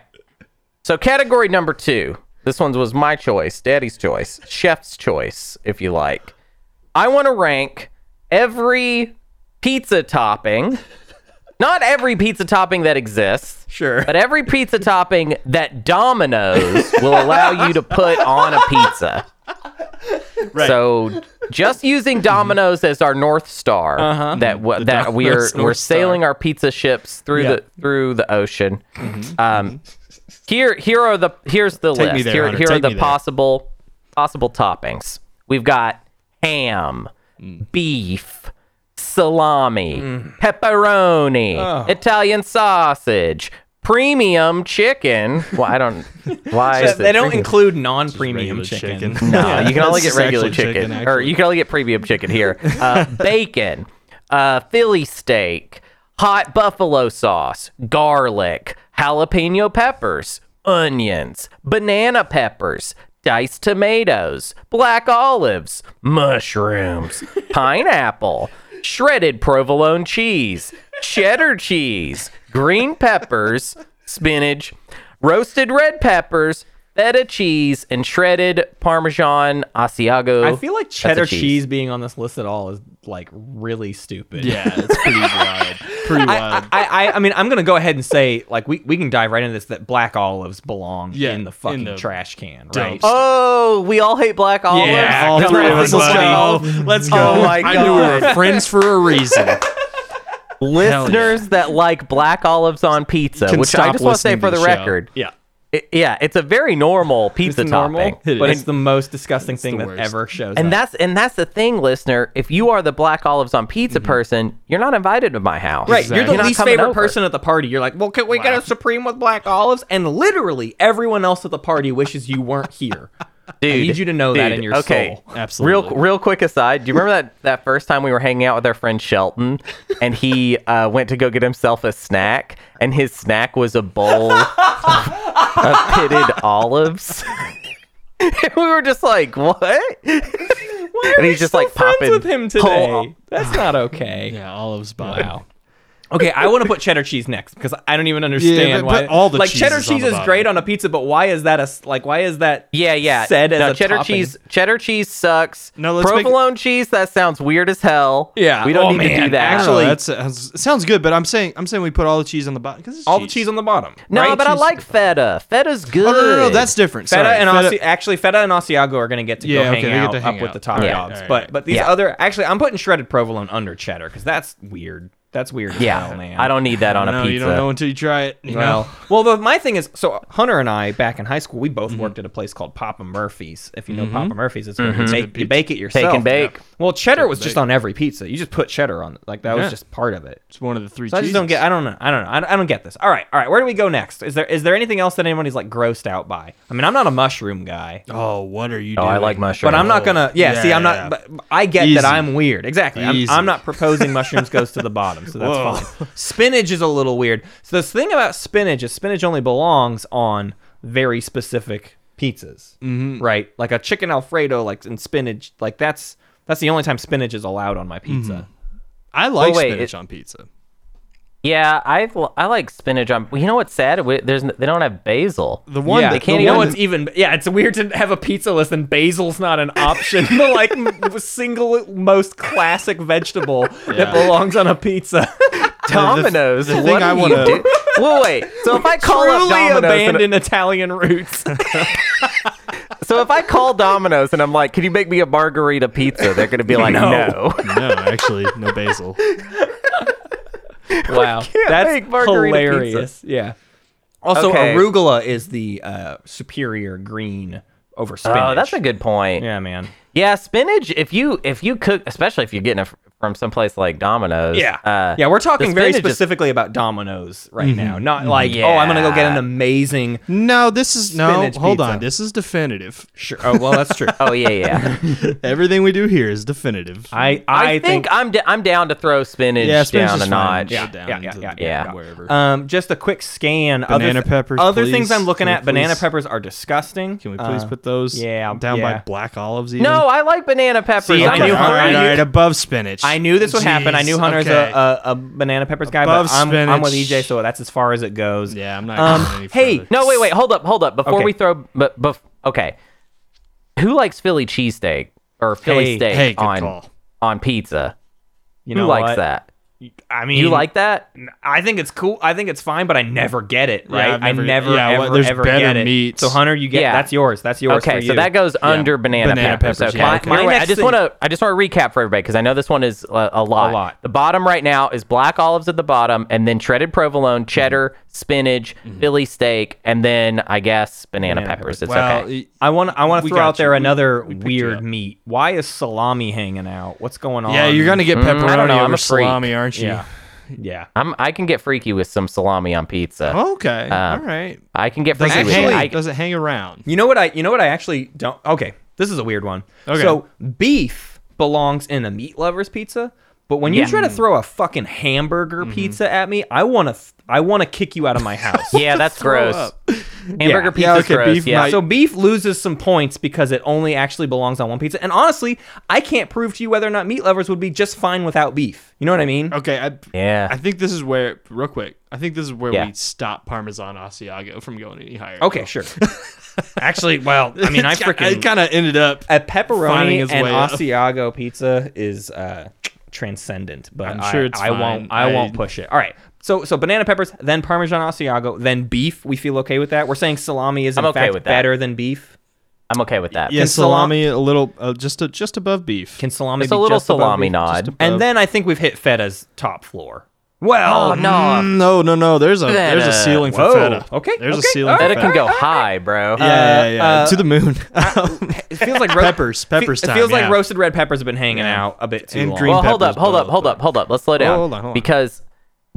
D: So category number two. This one was my choice, Daddy's choice, Chef's choice, if you like. I want to rank every pizza topping. Not every pizza topping that exists.
B: sure.
D: But every pizza topping that Domino's will allow you to put on a pizza.
E: Right.
D: So, just using Domino's as our north star,
E: Uh-huh.
D: that w- that we are
E: Domino's
D: we're
E: North Star.
D: sailing our pizza ships through
E: Yeah. Mm-hmm.
D: the through the ocean. Um, here here are the here's the
E: Take me
D: list.
E: there,
D: here
E: Hunter.
D: here are
E: Take me
D: the
E: there.
D: possible possible toppings. We've got ham,
E: Mm.
D: beef, salami, pepperoni,
B: Oh.
D: Italian sausage, premium chicken. Well, I don't. Why is
B: they
D: it
B: don't
D: premium?
B: include non-premium
E: Regular
B: chicken.
D: No,
E: Yeah,
D: you can
E: that's
D: only get
E: just
D: regular
E: actually
D: chicken, or you can only get premium chicken here. Uh, bacon, uh, Philly steak, hot buffalo sauce, garlic, jalapeno peppers, onions, banana peppers, diced tomatoes, black olives, mushrooms, pineapple, shredded provolone cheese, cheddar cheese, green peppers, spinach, roasted red peppers, feta cheese, and shredded Parmesan Asiago.
B: I feel like cheddar
D: cheese.
B: cheese. being on this list at all is like really stupid.
E: Yeah, it's pretty wild. Pretty wild.
B: I, I, I, I mean, I'm gonna go ahead and say, like, we, we can dive right into this that black olives belong
E: Yeah,
B: in the fucking
E: in the
B: trash can,
E: dump.
B: right?
D: Oh, we all hate black
B: Oh,
D: olives.
E: Yeah,
B: all
E: come
B: three of
E: on,
B: us,
E: buddy.
B: let's go. Let's go.
D: Oh my
E: I knew we
D: god.
E: were friends for a reason.
D: Listeners that like black olives on pizza,
E: Can
D: which I
E: stop
D: just want to say
E: listening
D: for
E: to
D: the
E: the show.
D: record.
B: yeah,
D: it- yeah, it's a very normal pizza
B: it's normal,
D: topping.
B: but
E: It is.
B: it's the most disgusting thing
E: the
B: that
E: worst.
B: ever shows.
D: And
B: up.
D: that's and that's the thing, listener. If you are the black olives on pizza
E: Mm-hmm.
D: person, you're not invited to my house.
B: Right, you're the
D: not
B: least
D: coming
B: favorite
D: over.
B: person at the party. You're like, well, can we get a supreme with black olives? And literally everyone else at the party wishes you weren't here.
D: Dude,
B: I need you to know that
D: dude,
B: in your
D: okay.
B: soul.
E: Absolutely.
D: Real, real quick aside. Do you remember that that first time we were hanging out with our friend Shelton, and he uh, went to go get himself a snack, and his snack was a bowl of, of pitted olives. And we were just like, what? and he's just like
B: friends
D: popping
B: with him today. That's not okay.
E: Yeah, olives by.
B: Wow. Okay, I want to put cheddar cheese next because I don't even understand
E: Yeah, but-
B: why.
E: but all the
B: like
E: cheese
B: cheddar
E: is on
B: cheese
E: the
B: is
E: bottom.
B: great on a pizza, but why is that a s- like? Why is that?
D: Yeah, yeah.
B: Said as
D: no,
B: a
D: cheddar
B: topping.
D: cheese. Cheddar cheese sucks.
E: No, let's make it-
D: provolone cheese. That sounds weird as hell.
B: Yeah.
D: we don't
B: Oh,
D: need to do
B: man.
D: that.
E: I don't know,
B: Actually-
E: that sounds, it sounds good, but I'm saying I'm saying we put all the cheese on the bottom because
B: all the cheese on the bottom.
D: no,
B: right?
D: but I
B: Cheese-
D: like feta. Feta's good.
E: Oh, no, no, no, that's different.
B: Feta
E: Sorry.
B: and Asi- actually Feta and Asiago are going to get to
E: Yeah,
B: go
E: okay,
B: hang
E: they get
B: out
E: to hang
B: up with
E: out.
B: the top
E: Alright,
B: dogs,
E: alright,
B: but but these
D: Yeah.
B: other actually I'm putting shredded provolone under cheddar because that's weird. That's weird. As
D: yeah.
B: hell, Oh, man.
D: I don't need that on
E: no,
D: a pizza.
E: you don't know until you try it. You
B: Well,
E: know?
B: well, the, my thing is, so Hunter and I back in high school, we both worked at a place called Papa Murphy's. If you know Papa Murphy's, it's where you, bake, you bake it yourself.
D: and bake.
B: Well, cheddar was just on every pizza. You just put cheddar on, it. like that
E: Yeah.
B: was just part of it.
E: it's one of the three.
B: So I just don't
E: cheeses.
B: get. I don't know. I don't know. I don't, I don't get this. All right, all right. Where do we go next? Is there is there anything else that anybody's like grossed out by? I mean, I'm not a mushroom guy.
E: Oh, what are you
D: Oh,
E: doing?
D: I like mushrooms.
B: But I'm not
E: Oh,
B: gonna. Yeah,
E: yeah,
B: see, I'm
E: yeah.
B: not. But I get
E: Easy.
B: that I'm weird. Exactly. I'm,
E: Easy.
B: I'm not proposing mushrooms goes to the bottom, so that's
E: Whoa.
B: fine. Spinach is a little weird. So the thing about spinach is spinach only belongs on very specific pizzas,
E: Mm-hmm.
B: right? Like a chicken alfredo, like and spinach, like that's that's the only time spinach is allowed on my pizza.
E: Mm-hmm. I like
D: Well, Oh, wait,
E: spinach
D: it-
E: on pizza.
D: Yeah, I I like spinach on. You know what's sad? We- There's n- they don't have basil.
E: The one
B: yeah,
E: that
D: they can't
B: the
D: even-
B: one's even. Yeah, it's weird to have a pizza list and basil's not an option. the like m- single most classic vegetable
E: Yeah.
B: that belongs on a pizza.
D: Domino's.
E: the
D: what
E: thing
D: do
E: I
D: you
E: wanna-
D: do? Well, wait. So if I call up
B: truly
D: Domino's, and-
B: abandoned Italian roots.
D: so if I call Domino's and I'm like, "Can you make me a margarita pizza?" They're gonna be like,
B: No.
D: "No."
E: no, actually, no basil.
B: wow,
D: make
B: that's
D: margarita
B: hilarious. Yeah. Also,
D: Okay.
B: arugula is the uh, superior green over spinach.
D: Oh, that's a good point.
B: yeah, man.
D: Yeah, spinach. If you if you cook, especially if you're getting it fr- from someplace like Domino's. uh,
B: yeah. We're talking
D: the
B: very
D: spinach is-
B: specifically about Domino's right now, not like oh, I'm gonna go get an
D: Yeah.
B: amazing.
E: No, this is no.
B: Spinach
E: hold
B: pizza.
E: on, this is definitive. Uh,
B: Sure. Oh, well, that's true.
D: Oh yeah, yeah.
E: Everything we do here is definitive.
B: I
D: I,
B: I,
D: think, I'm d- I'm down to throw spinach,
E: yeah, spinach
D: down
E: is fine.
D: a notch.
E: Yeah,
B: Yeah,
E: down
B: yeah, yeah,
E: to
B: yeah,
E: the-
D: yeah.
E: Wherever.
B: Um, just a quick scan.
E: Banana
B: other
E: peppers,
B: Other
E: please.
B: things I'm looking
E: Can we
B: at. Banana
E: please-
B: peppers are disgusting.
E: Can we please
B: Uh,
E: put those?
B: yeah,
E: down by
B: yeah.
E: black olives. Even?
D: No, I like banana peppers.
B: See, I
E: Okay,
B: knew
E: all
B: Hunter-
E: right,
B: I knew-
E: all right, above spinach.
B: I knew this would happen. I
E: Jeez,
B: knew Hunter's
E: okay.
B: a, a, a banana peppers guy,
E: Above
B: but I'm, I'm with
E: spinach.
B: EJ, so that's as far as it goes.
E: Yeah, I'm not. going any
B: Um, hey,
E: further.
D: No, wait, wait, hold up, hold up. Before
B: Okay.
D: we throw, but bef- okay, who likes Philly cheesesteak or Philly
B: Hey,
D: steak
E: hey, good
D: on
E: call.
D: on pizza?
B: you
D: Who
B: know
D: likes
B: what?
D: that?
B: I mean,
D: You like that?
B: I think it's cool. I think it's fine, but I never get it. Right?
E: I've
B: I
E: never-
B: never
E: yeah,
B: ever
E: well, there's
B: ever
E: better
B: get it.
E: meats.
B: So Hunter, you get
D: Yeah.
B: that's yours. That's yours. for
D: Okay, so
B: you.
D: that goes under banana,
E: Banana
D: peppers.
E: peppers,
D: okay.
E: yeah,
D: My-
E: okay.
D: my
B: My
D: next I
B: next
D: just
B: thing-
D: want to I just want to recap for everybody because I know this one is a, a lot.
B: lot.
D: The bottom right now is black olives at the bottom, and then shredded provolone, cheddar, spinach, Philly steak, and then I guess banana,
B: Banana
D: peppers.
B: peppers.
D: It's
E: Well,
D: okay.
E: e-
B: I want I want
E: We
B: to throw
E: got
B: out
E: you.
B: there
E: We-
B: another
E: we picked you
B: weird
E: up.
B: meat. Why is salami hanging out? What's going on?
E: yeah, you're gonna get pepperoni
D: mm, I don't know,
E: over
D: I'm a freak.
E: salami, aren't you?
B: yeah yeah.
D: I'm I can get freaky with some salami on pizza.
E: Okay. all right.
D: I can get
E: Does
D: freaky
E: it
D: with
E: hang?
D: it. Uh, I,
E: does it hang around?
B: You know what I you know what I actually don't okay. This is a weird one.
E: Okay.
B: So beef belongs in a meat lover's pizza, But when you try to throw a fucking hamburger pizza at me, I want to I want to kick you out of my house.
D: Yeah, that's gross.
E: up.
D: Hamburger
E: Yeah,
D: pizza's
E: okay,
D: gross.
E: beef
D: yeah.
E: might-
D: So-
B: So beef loses some points because it only actually belongs on one pizza. And honestly, I can't prove to you whether or not meat lovers would be just fine without beef. You know what I mean?
E: Okay, I,
D: Yeah.
E: I think this is where, real quick, I think this is where
D: Yeah.
E: we stop Parmesan Asiago from going any higher.
B: Okay, sure. actually, well, I mean, I
E: It
B: freaking
E: kind of ended up.
B: a
E: finding
B: pepperoni
E: his
B: and
E: way up.
B: Asiago pizza is uh, transcendent. But
E: I'm
B: I-
E: sure it's
B: I, won't.
E: fine.
B: I, won't
E: I-
B: push it. All right. So so banana peppers, then Parmesan Asiago, then beef. We feel okay with that. We're saying salami is in
D: I'm okay
B: fact
D: with that.
B: better than beef.
D: I'm okay with that.
E: Yeah,
B: Can salam-
E: salami a little, uh, just a, just above beef.
B: Can salami
D: It's
B: be
D: a little
B: just above
D: salami
B: beef?
D: nod.
E: Just
B: And
E: above-
B: then I think we've hit feta's top floor. Well,
D: oh, no.
E: Mm, no, no, no. There's a there's a
D: Feta.
E: ceiling for
B: Whoa.
E: feta.
B: Okay,
E: There's a
B: okay,
E: ceiling.
B: alright,
E: for
D: Feta
E: feta.
D: can go high, bro.
E: Yeah, yeah, yeah.
B: uh,
E: to the moon.
B: it feels like ro-
E: Peppers, peppers
B: It
E: time,
B: feels like
E: yeah.
B: roasted red peppers have been hanging
E: Yeah.
B: out a bit too
E: And
B: long.
E: green
D: well, hold up,
E: peppers
D: hold up,
E: both,
D: hold
E: but-
D: up, hold up. Let's slow down.
E: hold on, hold on.
D: Because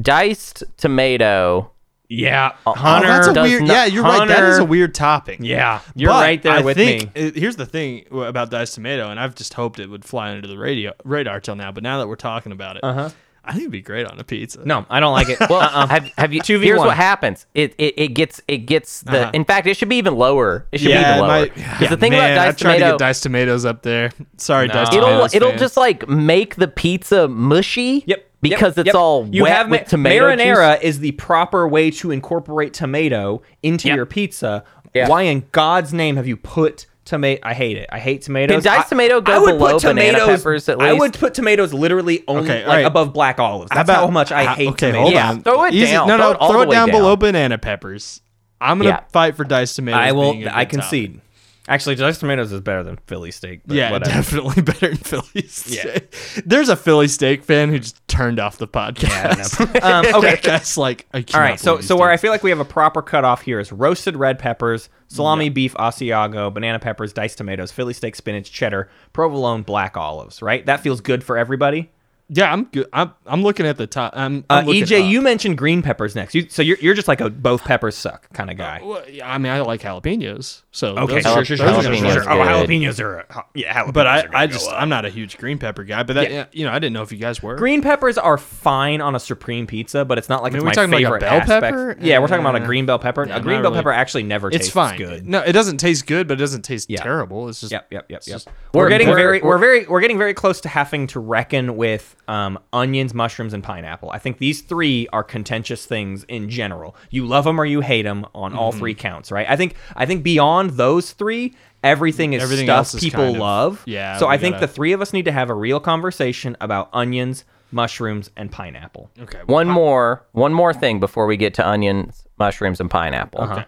D: diced tomato.
B: yeah,
E: Oh,
B: Hunter.
E: that's a
D: does
E: weird.
D: not-
E: yeah, you're right. That is a
B: Hunter-
E: weird topic.
B: Yeah, you're
E: But
B: right there
E: I
B: with
E: think,
B: me.
E: uh, here's the thing w- about diced tomato, and I've just hoped it would fly under the radio radar till now. But now that we're talking about it, uh-huh. I think it'd be great on a pizza.
B: No, I don't like it.
D: Well,
E: Uh-uh.
D: have, have you?
B: 2v1.
D: Here's what happens. It it, it gets it gets the.
E: Uh-huh.
D: In fact, it should be even lower. It should be
E: yeah,
D: even
E: it
D: lower.
E: might-
D: Because
E: yeah,
D: the thing
E: man,
D: about
E: I
D: diced
E: tried to
D: tomato,
E: get diced tomatoes up there. Sorry, diced
B: No.
E: tomatoes.
D: it'll it'll
E: fans.
D: just like make the pizza mushy.
B: Yep.
D: Because
B: yep,
D: it's
B: yep.
D: all
B: you
D: wet
B: have
D: with
B: ma-
D: tomato
B: Marinara is the proper way to incorporate tomato into
D: Yep.
B: your pizza.
D: Yeah.
B: Why in God's name have you put tomato? I hate it. I hate tomatoes.
D: Can diced
B: I-
D: tomato go
B: I would
D: below
B: put
D: banana
B: tomatoes,
D: peppers at
B: I
D: least?
B: would put tomatoes literally only
E: Okay, all
B: like
E: right.
B: above black olives. That's how much I
E: how-
B: hate
E: okay,
B: tomatoes.
E: Hold
D: Yeah,
E: on.
D: throw it
E: Easy-
D: down.
E: No,
D: Throw
E: no,
D: it all
E: throw
D: the
E: it
D: way
E: down,
D: down.
E: below banana peppers. I'm gonna
D: Yeah.
E: fight for diced tomatoes.
B: I will.
E: being a
B: I
E: good topic.
B: concede. Actually, diced tomatoes is better than Philly steak. But
E: Yeah,
B: whatever.
E: definitely better than Philly steak. There's a Philly steak fan who just turned off the podcast.
B: Um, okay.
E: that guy's like, I
B: All right. So, so where I feel like we have a proper cutoff here is roasted red peppers, salami, beef, Asiago, banana peppers, diced tomatoes, Philly steak, spinach, cheddar, provolone, black olives. Right. That feels good for everybody.
E: yeah, I'm good. I'm I'm looking at the top. I'm,
B: Uh,
E: I'm looking
B: EJ,
E: up.
B: you mentioned green peppers next. You, so you're you're just like a both peppers suck kind of guy.
E: Well, yeah, I mean, I like jalapenos. So
B: Okay,
E: those
B: sure,
E: are-
B: sure, sure,
E: those are
B: sure,
E: good.
B: sure,
D: jalapenos
B: sure.
D: good.
B: Oh, jalapenos are uh, yeah, jalapenos
E: But
B: are
E: I,
B: gonna
E: I
B: go
E: just
B: up.
E: I'm not a huge green pepper guy. But that
B: Yeah.
E: you know I didn't know if you guys were.
B: Green peppers are fine on a supreme pizza, but it's not like
E: mean,
B: it's
E: we're
B: my
E: talking like a
B: favorite
E: bell
B: aspect.
E: pepper?
B: Yeah, we're talking about a
E: Yeah.
B: green bell pepper. a
E: not
B: green bell
E: really.
B: pepper actually never
E: it's
B: tastes
E: fine.
B: good.
E: No, it doesn't taste good, but it doesn't taste
B: Yeah.
E: terrible. It's just
B: Yep, yep, yep, yep.
E: just-
B: We're,
D: we're-
B: getting
D: we're-
B: very, we're,
D: we're-
B: very, we're getting very close to having to reckon with um, onions, mushrooms, and pineapple. I think these three are contentious things in general. You love them or you hate them on all
E: Mm-hmm.
B: three counts, right? I think, I think beyond those three, everything is
E: Everything
B: stuff
E: else is
B: people
E: kind of-
B: love.
E: yeah,
B: So I
E: we
B: think
E: gotta-
B: the three of us need to have a real conversation about onions, mushrooms, and pineapple.
E: okay.
D: One more, one more thing before we get to onions, mushrooms, and pineapple.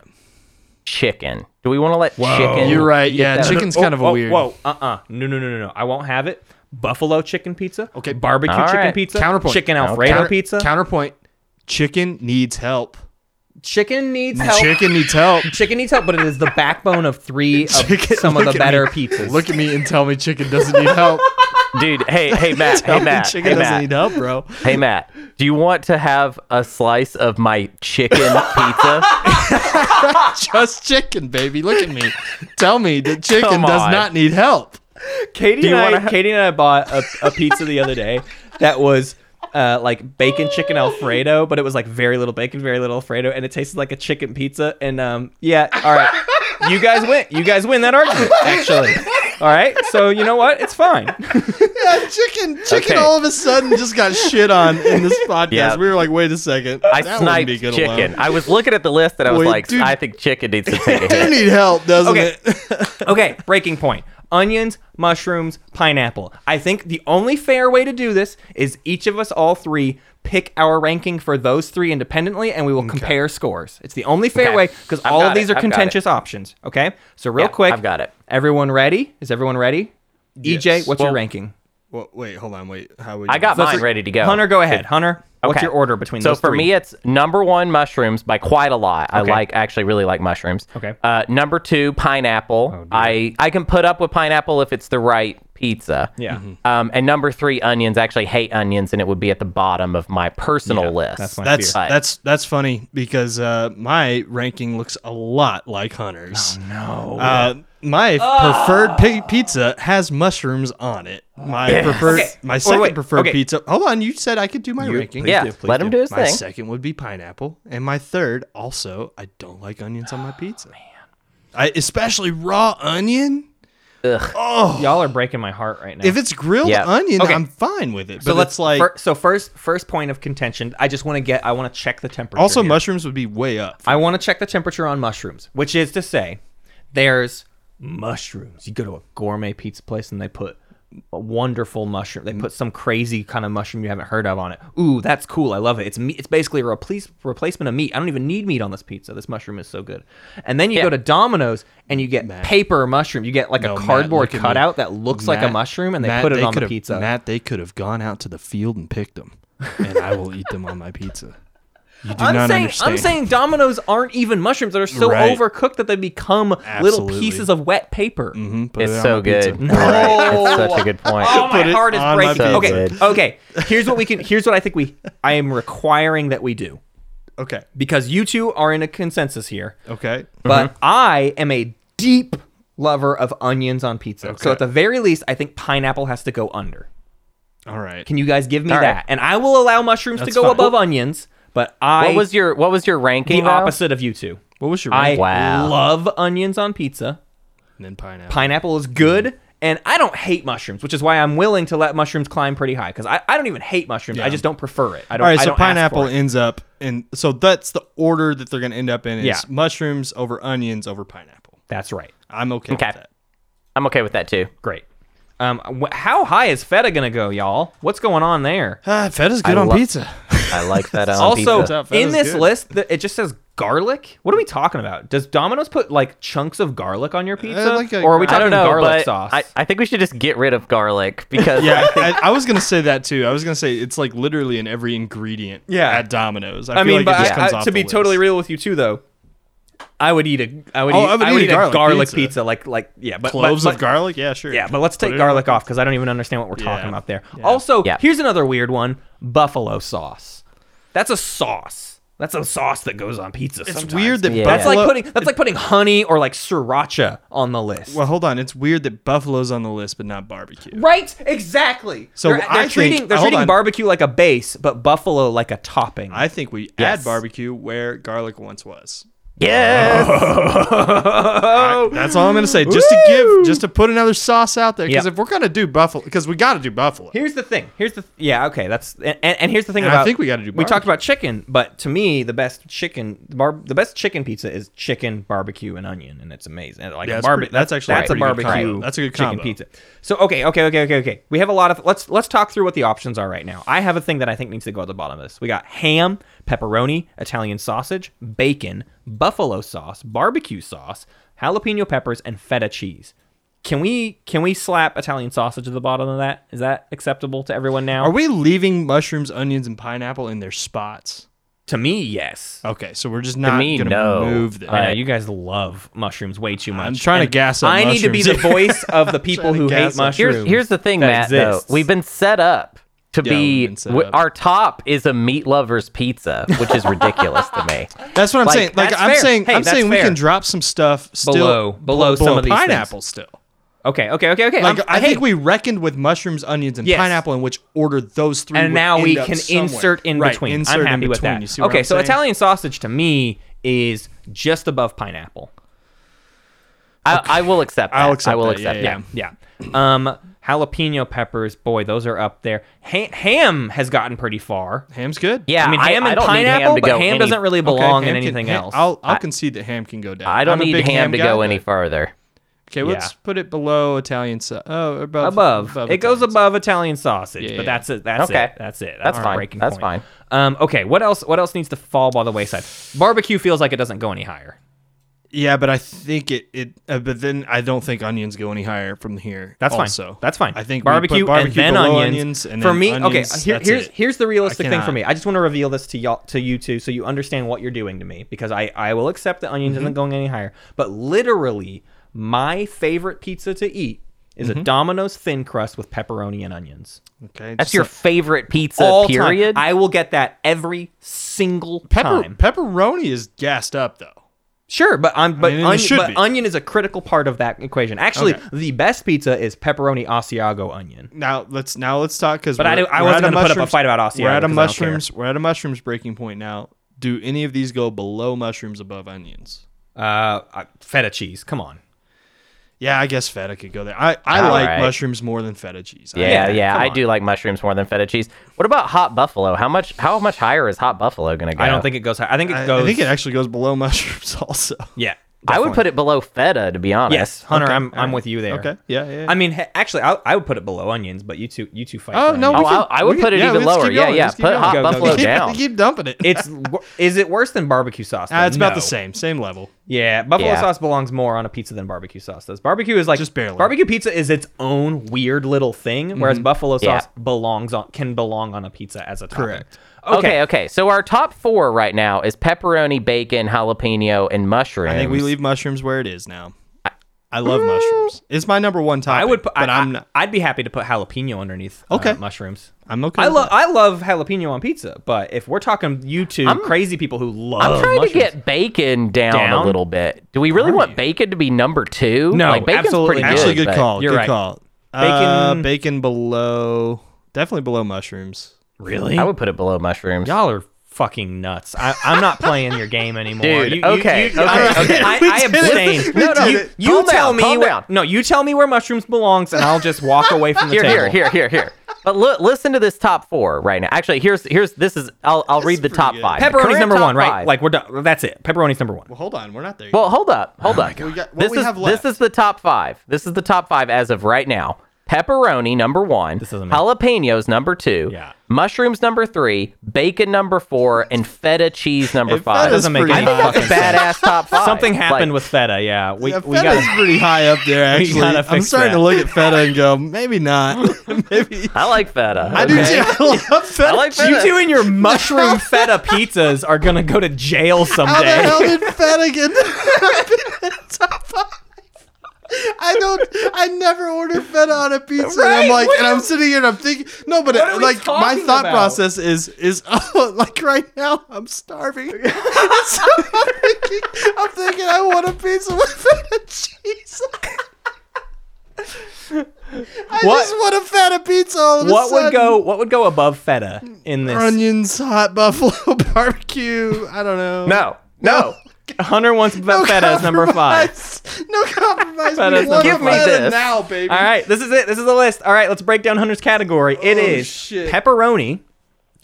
D: Chicken. Do we want to let chicken?
E: Uh-huh. You're right. Yeah,
D: that-
E: chicken's
B: Oh,
E: kind of a
B: oh,
E: weird.
B: Whoa, uh, uh no, no, no, no, no. I won't have it. Buffalo chicken pizza.
E: Okay.
B: Barbecue
D: All
B: chicken
D: right.
B: pizza.
E: Counterpoint.
B: Chicken Alfredo
E: Counter-
B: pizza.
E: Counterpoint. Chicken needs help.
B: chicken needs help.
E: Chicken needs help.
B: Chicken needs help, but it is the backbone of three of
E: Chicken-
B: some of the
E: look at
B: better
E: me.
B: pizzas.
E: Look at me and tell me chicken doesn't need help.
D: dude. Hey, hey, Matt.
E: Tell
D: hey,
E: me
D: Matt.
E: chicken
D: Hey,
E: doesn't
D: Matt.
E: need help, bro.
D: Hey, Matt. Do you want to have a slice of my chicken pizza?
E: Just chicken, baby. Look at me. Tell me that chicken
D: Come
E: does
D: on.
E: not need help.
B: Katie and
D: you
B: I,
D: wanna ha-
B: Katie and I bought a, a pizza the other day that was uh, like bacon chicken Alfredo, but it was like very little bacon, very little Alfredo, and it tasted like a chicken pizza. And um, yeah, all right, you guys win. You guys win that argument, actually. All right, so you know what? It's fine.
E: Yeah, chicken. Chicken
D: Okay.
E: all of a sudden just got shit on in this podcast.
D: Yeah.
E: We were like, wait a second. that
D: I
E: wouldn't
D: sniped
E: be good Alone.
D: chicken. I was looking at the list and I was
E: Wait,
D: like,
E: dude.
D: I think chicken needs to take a hit.
E: You need help, doesn't
B: Okay.
E: it?
B: Okay, breaking point. Onions, mushrooms, pineapple. I think the only fair way to do this is each of us, all three, pick our ranking for those three independently, and we will compare scores. It's the only fair
D: Okay.
B: way because
D: I've
B: all
D: got
B: of these
D: it,
B: are
D: I've got it.
B: contentious options. Okay, so real
D: Yeah,
B: quick,
D: I've got it.
B: Everyone ready? Is everyone ready? EJ,
E: Yes.
B: what's your
D: Well,
B: ranking?
E: well, wait, hold on. Wait. How would
D: I got
E: you-
D: mine ready to go.
B: Hunter, go ahead. Hunter, What's
D: Okay.
B: your order between
D: So
B: those
D: for
B: three?
D: me, it's number one mushrooms by quite a lot.
B: Okay.
D: I like actually really like mushrooms.
B: Okay. Oh,
D: Uh, number two, pineapple. I I can put up with pineapple if it's the right pizza.
B: Yeah.
D: Um, and number three, onions. I actually hate onions, and it would be at the bottom of my personal list.
B: that's my-
E: That's
D: fear.
E: that's that's funny because uh, my ranking looks a lot like Hunter's.
D: Oh,
B: no.
E: Uh, my
B: Ah.
E: preferred pi- pizza has mushrooms on it. My preferred,
B: Okay.
E: my
B: Or
E: second
B: wait,
E: preferred
B: okay.
E: pizza. Hold on, you said I could do my ranking.
D: yeah.
B: do, please
D: let him
B: do.
D: do his
E: My
D: thing.
E: second would be pineapple, and my third also. I don't like onions on my
B: Oh,
E: pizza. I especially raw onion.
B: Y'all are breaking my heart right now.
E: If it's grilled
D: Yeah.
E: onion,
B: Okay.
E: I'm fine with it.
B: so
E: but
B: let's
E: it's like
B: fir- so first first point of contention. I just want to get I want to check the temperature.
E: also
B: here.
E: mushrooms would be way up.
B: I want to check the temperature on mushrooms, which is to say, there's mushrooms. You go to a gourmet pizza place and they put a wonderful mushroom. They
E: Mm.
B: put some crazy kind of mushroom you haven't heard of on it. Ooh, that's cool. I love it. It's meat. It's basically a replace- replacement of meat. I don't even need meat on this pizza. This mushroom is so good. And then you go to Domino's and you get paper mushroom. You get like
E: No,
B: a
E: Matt,
B: cardboard
E: look at me.
B: cutout that looks like a
E: Matt-
B: mushroom and they
E: Matt,
B: put it on the
E: could've-
B: pizza.
E: Matt, they could have gone out to the field and picked them, and I will eat them on my pizza. You do
B: I'm
E: not
B: saying
E: understand.
B: I'm saying dominoes aren't even mushrooms that are so
E: Right.
B: overcooked that they become little
E: Absolutely.
B: pieces of wet paper.
E: Mhm, put it
D: It's
E: on
D: so
E: my
D: good.
E: pizza.
D: All right. It's such a good point.
B: Oh, my
E: Put it
B: heart is
E: on my
B: breaking. Mm-hmm. Okay,
D: pizza.
B: okay. Here's what we can. Here's what I think we. I am requiring that we do
E: Okay.
B: because you two are in a consensus here,
E: Okay.
B: but I am a deep lover of onions on pizza. So
E: Okay.
B: at the very least, I think pineapple has to go under.
E: All right.
B: Can you guys give me
D: All
B: that?
D: right.
B: And I will allow mushrooms
E: That's
B: to go
E: fine.
B: above onions, but I
D: What was your What was your ranking?
B: the
D: though?
B: opposite of you two.
E: what was your
B: I
E: rank?
D: Wow.
B: love onions on pizza.
E: And then pineapple.
B: pineapple is good and i don't hate mushrooms which is why i'm willing to let mushrooms climb pretty high because I, I don't even hate mushrooms i just don't prefer it i don't
E: All right,
B: I
E: so
B: don't ask
E: pineapple
B: for it.
E: ends up in. So that's the order that they're going to end up in. Is
B: Yeah.
E: mushrooms over onions over pineapple.
B: that's right
E: I'm okay,
D: Okay.
E: with that.
D: I'm okay with that too.
B: great um wh- how high is feta gonna go y'all what's going on there
E: Ah, feta's good on
D: lo-
E: pizza.
D: I like that. on
B: also
D: pizza.
E: up?
B: in
E: Feta's
B: this
E: good.
B: list th- it just says garlic what are we talking about does domino's put like chunks of garlic on your pizza
E: like a-
B: or are we
E: I
D: I
B: talking
D: don't know,
B: garlic
D: but
B: sauce
D: I, I think we should just get rid of garlic because
E: yeah, I, I was gonna say that too. I was gonna say it's like literally in every ingredient.
B: Yeah.
E: at Domino's. I,
B: I
E: feel
B: mean,
E: like
B: but
E: it just
B: I-
E: comes
B: I-
E: off
B: to
E: the
B: be
E: list.
B: totally real with you too, though, I would eat a I would
E: Oh,
B: eat, I would eat, a garlic, pizza.
E: pizza.
B: like like yeah, but but-
E: cloves
B: but,
E: of garlic. Yeah, sure.
B: Yeah, but let's
E: Put
B: take
E: it on
B: garlic off because I don't even understand what we're talking
E: Yeah.
B: about there. Also,
D: Yeah.
B: here's another weird one: buffalo sauce. That's a sauce. That's a sauce that goes on pizza.
E: It's
B: sometimes.
E: weird that
D: Yeah.
B: That's
E: buffalo.
B: like putting that's like putting honey or like sriracha on the list.
E: well, hold on. It's weird that buffalo's on the list, but not barbecue.
B: Right, exactly.
E: So
B: they're,
E: I
B: they're
E: think-
B: treating they're
E: hold
B: treating
E: on.
B: barbecue like a base, but buffalo like a topping.
E: I think we
D: Yes.
E: add barbecue where garlic once was.
D: yes,
E: I- that's all I'm gonna say. Just to give, just to put another sauce out there, because
B: Yeah.
E: if we're gonna do buffalo, because we gotta do buffalo.
B: Here's the thing. Here's the yeah. Okay, that's and, and and here's the thing
E: And I
B: about.
E: think we gotta do
B: We talked
E: barbecue.
B: about chicken, but to me, the best chicken the bar the best chicken pizza is chicken barbecue and onion, and it's amazing. And, Like
E: Yeah,
B: a
E: that's
B: barbe-
E: pretty- that's actually a
B: that's a
E: pretty good
B: barbecue.
E: combo. That's a good
B: chicken
E: combo.
B: pizza. So okay, okay, okay, okay, okay. We have a lot of let's let's talk through what the options are right now. I have a thing that I think needs to go at the bottom of this. We got ham, pepperoni, Italian sausage, bacon, buffalo sauce, barbecue sauce, jalapeno peppers, and feta cheese. Can we can we slap Italian sausage at the bottom of that? Is that acceptable to everyone now?
E: Are we leaving mushrooms, onions, and pineapple in their spots?
B: to me, yes.
E: Okay, so we're just not
D: me,
E: gonna
D: no.
E: move them.
B: Oh, I know you guys love mushrooms way too much.
E: I'm trying to gas up
B: I need to be the
E: mushrooms.
B: voice of the people
E: Trying to
B: who
E: gas
B: hate
E: up-
B: mushrooms.
D: here's here's the thing,
B: that
D: Matt. Though
B: exists.
D: we've been set up to
E: Yeah,
D: be
E: we've been set
D: w-
E: up.
D: our top is a meat lover's pizza, which is ridiculous to me.
E: That's what I'm
D: Like,
E: saying. Like
B: that's
E: I'm
B: fair.
E: saying,
B: Hey,
E: I'm
B: that's
E: saying we
B: fair.
E: can drop some stuff still
B: Below- below some of these things.
E: pineapple still.
B: okay, okay, okay, okay.
E: Like
B: I'm-
E: i
B: hey,
E: think we reckoned with mushrooms, onions, and
B: Yes.
E: pineapple in which order those three.
B: and
E: would
B: now
E: end
B: we
E: up
B: can
E: somewhere.
B: insert in
E: Right,
B: between.
E: insert
B: I'm
E: in
B: happy with
E: between.
B: that.
E: You see what
B: okay,
E: I'm
B: so
E: saying?
B: Italian sausage to me is just above pineapple.
D: I, I will accept. That.
E: I'll accept
D: I will
E: that,
D: accept.
E: yeah,
D: that.
E: yeah.
B: Yeah. Um, jalapeno peppers, boy, those are up there. Ha- ham has gotten pretty far.
E: Ham's good.
D: Yeah,
B: I mean, ham and
D: don't need
B: pineapple,
D: to
B: but
D: go
B: ham
D: any-
B: doesn't really
E: Okay,
B: belong
E: ham
B: in
E: can-
B: anything
E: ham-
B: else.
E: I'll I'll concede that ham can go down.
D: I don't
E: I'm a
D: need
E: big
D: ham, to
E: guy,
D: go
E: but-
D: any further.
E: Okay, let's put it below Italian. Su- oh, above.
B: above. it goes
E: Italian
B: above Italian sausage,
E: Yeah,
B: but
E: yeah.
B: that's it. That's
D: Okay.
B: it. That's it.
D: That's
B: our
D: fine.
B: breaking
D: That's
B: point.
D: fine.
B: Um, okay, what else? What else needs to fall by the wayside? Barbecue feels like it doesn't go any higher.
E: Yeah, but I think it it. Uh, but then I don't think onions go any higher from here.
B: That's fine.
E: also.
B: That's fine.
E: I think we put
B: barbecue,
E: barbecue
B: and then
E: below
B: onions.
E: and
B: for
E: then
B: me,
E: onions,
B: okay. Here,
E: that's
B: here's
E: it.
B: here's the realistic thing for
E: cannot-
B: me. I just want to reveal this to y'all, to you two, so you understand what you're doing to me, because I I will accept that onions
E: Mm-hmm.
B: isn't going any higher. But literally, my favorite pizza to eat is
E: Mm-hmm.
B: a Domino's thin crust with pepperoni and onions.
E: Okay,
D: That's
E: just
D: your
E: like-
D: favorite pizza,
B: All time.
D: period?
B: I will get that every single
E: pepper
B: time.
E: pepperoni is gassed up though.
B: Sure, but I'm but,
E: mean, it
B: onion,
E: should
B: but
E: be.
B: onion is a critical part of that equation. Actually,
E: Okay.
B: the best pizza is pepperoni Asiago onion.
E: Now let's now let's talk because
B: But I do- I wasn't gonna put up a fight about Osceola
E: We're at a
B: 'cause I don't care.
E: mushrooms. We're at a mushrooms breaking point now. Do any of these go below mushrooms, above onions?
B: Uh, I- feta cheese. Come on.
E: Yeah, I guess feta could go there. I, I
D: All
E: like
D: right.
E: mushrooms more than feta cheese. I-
D: yeah,
B: Yeah,
D: yeah,
B: come
D: I
B: on.
D: do like mushrooms more than feta cheese. What about hot buffalo? How much how much higher is hot buffalo going to go?
B: I don't think it goes high. I think
E: I,
B: it goes.
E: I think it actually goes below mushrooms also.
B: yeah.
D: I would put it below feta to be honest.
B: Yes, Hunter. I'm I'm with you there.
E: Okay. Yeah. Yeah.
B: I mean, he- actually, I, I would put it below onions, but you two you two fight.
E: Oh,
B: for
E: no,
B: onions.
D: Oh,
E: we can-
D: I, I would
E: we
D: put
E: can-
D: it
E: yeah,
D: even
E: let's keep
D: lower. Yeah,
E: going,
D: yeah.
E: let's keep
D: Put
E: going.
D: hot
B: Go, go,
D: buffalo
B: go.
E: keep,
D: down.
E: keep dumping it.
B: It's wor- is it worse than barbecue sauce?
E: Ah, it's about
B: No.
E: the same. Same level.
B: Yeah, buffalo
D: Yeah.
B: sauce belongs more on a pizza than barbecue sauce does. Barbecue is like
E: Just barely.
B: Barbecue pizza is its own weird little thing, whereas buffalo
D: Yeah.
B: sauce belongs on can belong on a pizza as a topping.
E: Correct.
B: Okay.
D: okay, okay. So our top four right now is pepperoni, bacon, jalapeno, and mushrooms.
E: I think we leave mushrooms where it is now. I love mushrooms. It's my number one topic.
B: I would put.
E: but
B: I,
E: I,
B: am
E: am not.
B: I'd be happy to put jalapeno underneath. uh,
E: Okay.
B: mushrooms.
E: I'm okay.
B: I
E: with
B: love
E: that.
B: I love jalapeno on pizza, but if we're talking you 2 crazy people who love
D: I'm trying
B: mushrooms,
D: to get bacon down,
B: Down?
D: a little bit. Do we really want bacon to be number two?
B: No,
D: like, bacon's
B: absolutely
D: pretty
B: not.
E: Actually,
D: good,
E: good
D: but-
E: call.
B: you're
E: good
B: right.
E: call. Uh,
B: Bacon-
E: bacon below. Definitely below mushrooms.
B: really.
D: I would put it below mushrooms.
B: Y'all are fucking nuts. I, I'm not playing your game anymore.
D: Dude,
B: You- you-
D: okay,
B: you-
D: okay,
B: I-
D: okay.
B: I,
E: We
B: I
E: did it.
B: abstain.
E: We
B: No, no.
E: did
B: You,
E: it.
B: you
D: Calm
B: tell
D: down,
B: me.
D: calm
B: where-
D: down.
B: No, you tell me where mushrooms belongs, and I'll just walk away from the
D: here,
B: table.
D: here, here, here, here. But look, listen to this top four right now. Actually, here's here's this is I'll I'll read the
E: pretty
D: top
E: good.
D: five. The
B: Pepperoni's
D: current
B: number
D: top
B: one, right?
D: five.
B: Like we're done. That's it. Pepperoni's number one.
E: Well, hold on. We're not there.
D: well, hold
B: Oh
D: up, hold up.
E: We got- what
D: this
E: we
D: is
E: have left.
D: this is the top five. This is the top five as of right now. Pepperoni number one,
B: This doesn't make-
D: jalapenos number two,
B: Yeah.
D: mushrooms number three, bacon number four, and feta cheese number
E: Hey,
D: five.
E: feta's
B: Doesn't make
E: pretty
B: any
E: high.
B: fucking
D: That's a badass top five.
B: Something
D: Like,
B: happened with feta. Yeah, we
E: Yeah,
B: we
E: feta's
B: got.
E: pretty high up there. Actually,
B: gotta
E: I'm
B: fix
E: starting
B: that.
E: to look at feta and go, maybe not. maybe
D: I like feta.
E: I do too. I love feta.
D: I like feta.
B: You two and your mushroom feta pizzas are gonna go to jail
E: How the
B: someday.
E: hell did feta get top five? I don't. I never order feta on a pizza. and I'm
B: Right,
E: like,
B: what
E: and
B: are-
E: I'm sitting here and I'm thinking, no, but
B: are we
E: like my
B: talking
E: thought
B: about?
E: process is is oh, like right now I'm starving. so I'm, thinking, I'm thinking I want a pizza with feta cheese. I
B: What-
E: just want a feta pizza. All of a
B: What would
E: sudden.
B: go? What would go above feta in this?
E: Onions, hot buffalo barbecue. I don't know.
D: no, no.
B: Hunter wants feta as number five.
E: compromise. No compromise.
B: Feta is
E: we want
B: number
E: give
B: five.
E: me
D: Give me
E: this
D: this.
E: now, baby.
B: All right, this is it. This is the list. All right, let's break down Hunter's category. it
E: Oh,
B: is
E: shit.
B: pepperoni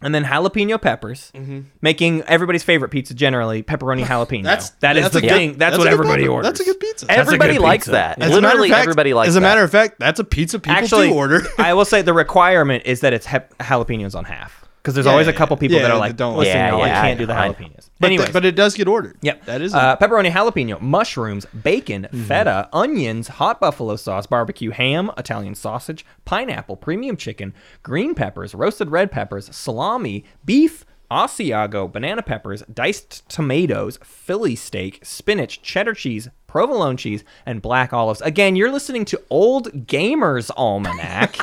B: and then jalapeno peppers,
D: Mm-hmm.
B: making everybody's favorite pizza generally pepperoni jalapeno.
E: That's
B: that is
E: that's
B: the
E: a good-
B: thing. That's, what
E: a good
B: everybody
E: pizza.
B: orders.
E: That's a good pizza.
B: That's a good
D: Everybody likes
B: pizza.
D: that.
B: As
E: As a matter
D: Literally,
E: of fact-
D: everybody likes
E: As a
D: that.
E: matter of fact, that's a pizza people
B: Actually,
E: do order.
B: I will say the requirement is that it's hep- jalapenos on half because there's
E: Yeah,
B: always a
E: yeah,
B: couple
E: yeah.
B: people
E: Yeah,
B: that are
E: that
B: like,
E: don't-
B: listen,
D: Yeah,
B: y'all, I
D: yeah,
B: can't
D: I-
B: do the
D: I-
B: jalapenos.
E: but,
B: Anyways,
E: th- but it does get ordered.
B: Yep.
E: that is. Mm-hmm.
B: uh, pepperoni, jalapeno, mushrooms, bacon, feta, onions, hot buffalo sauce, barbecue ham, Italian sausage, pineapple, premium chicken, green peppers, roasted red peppers, salami, beef, Asiago, banana peppers, diced tomatoes, Philly steak, spinach, cheddar cheese, provolone cheese, and black olives. Again, you're listening to Old Gamers Almanac.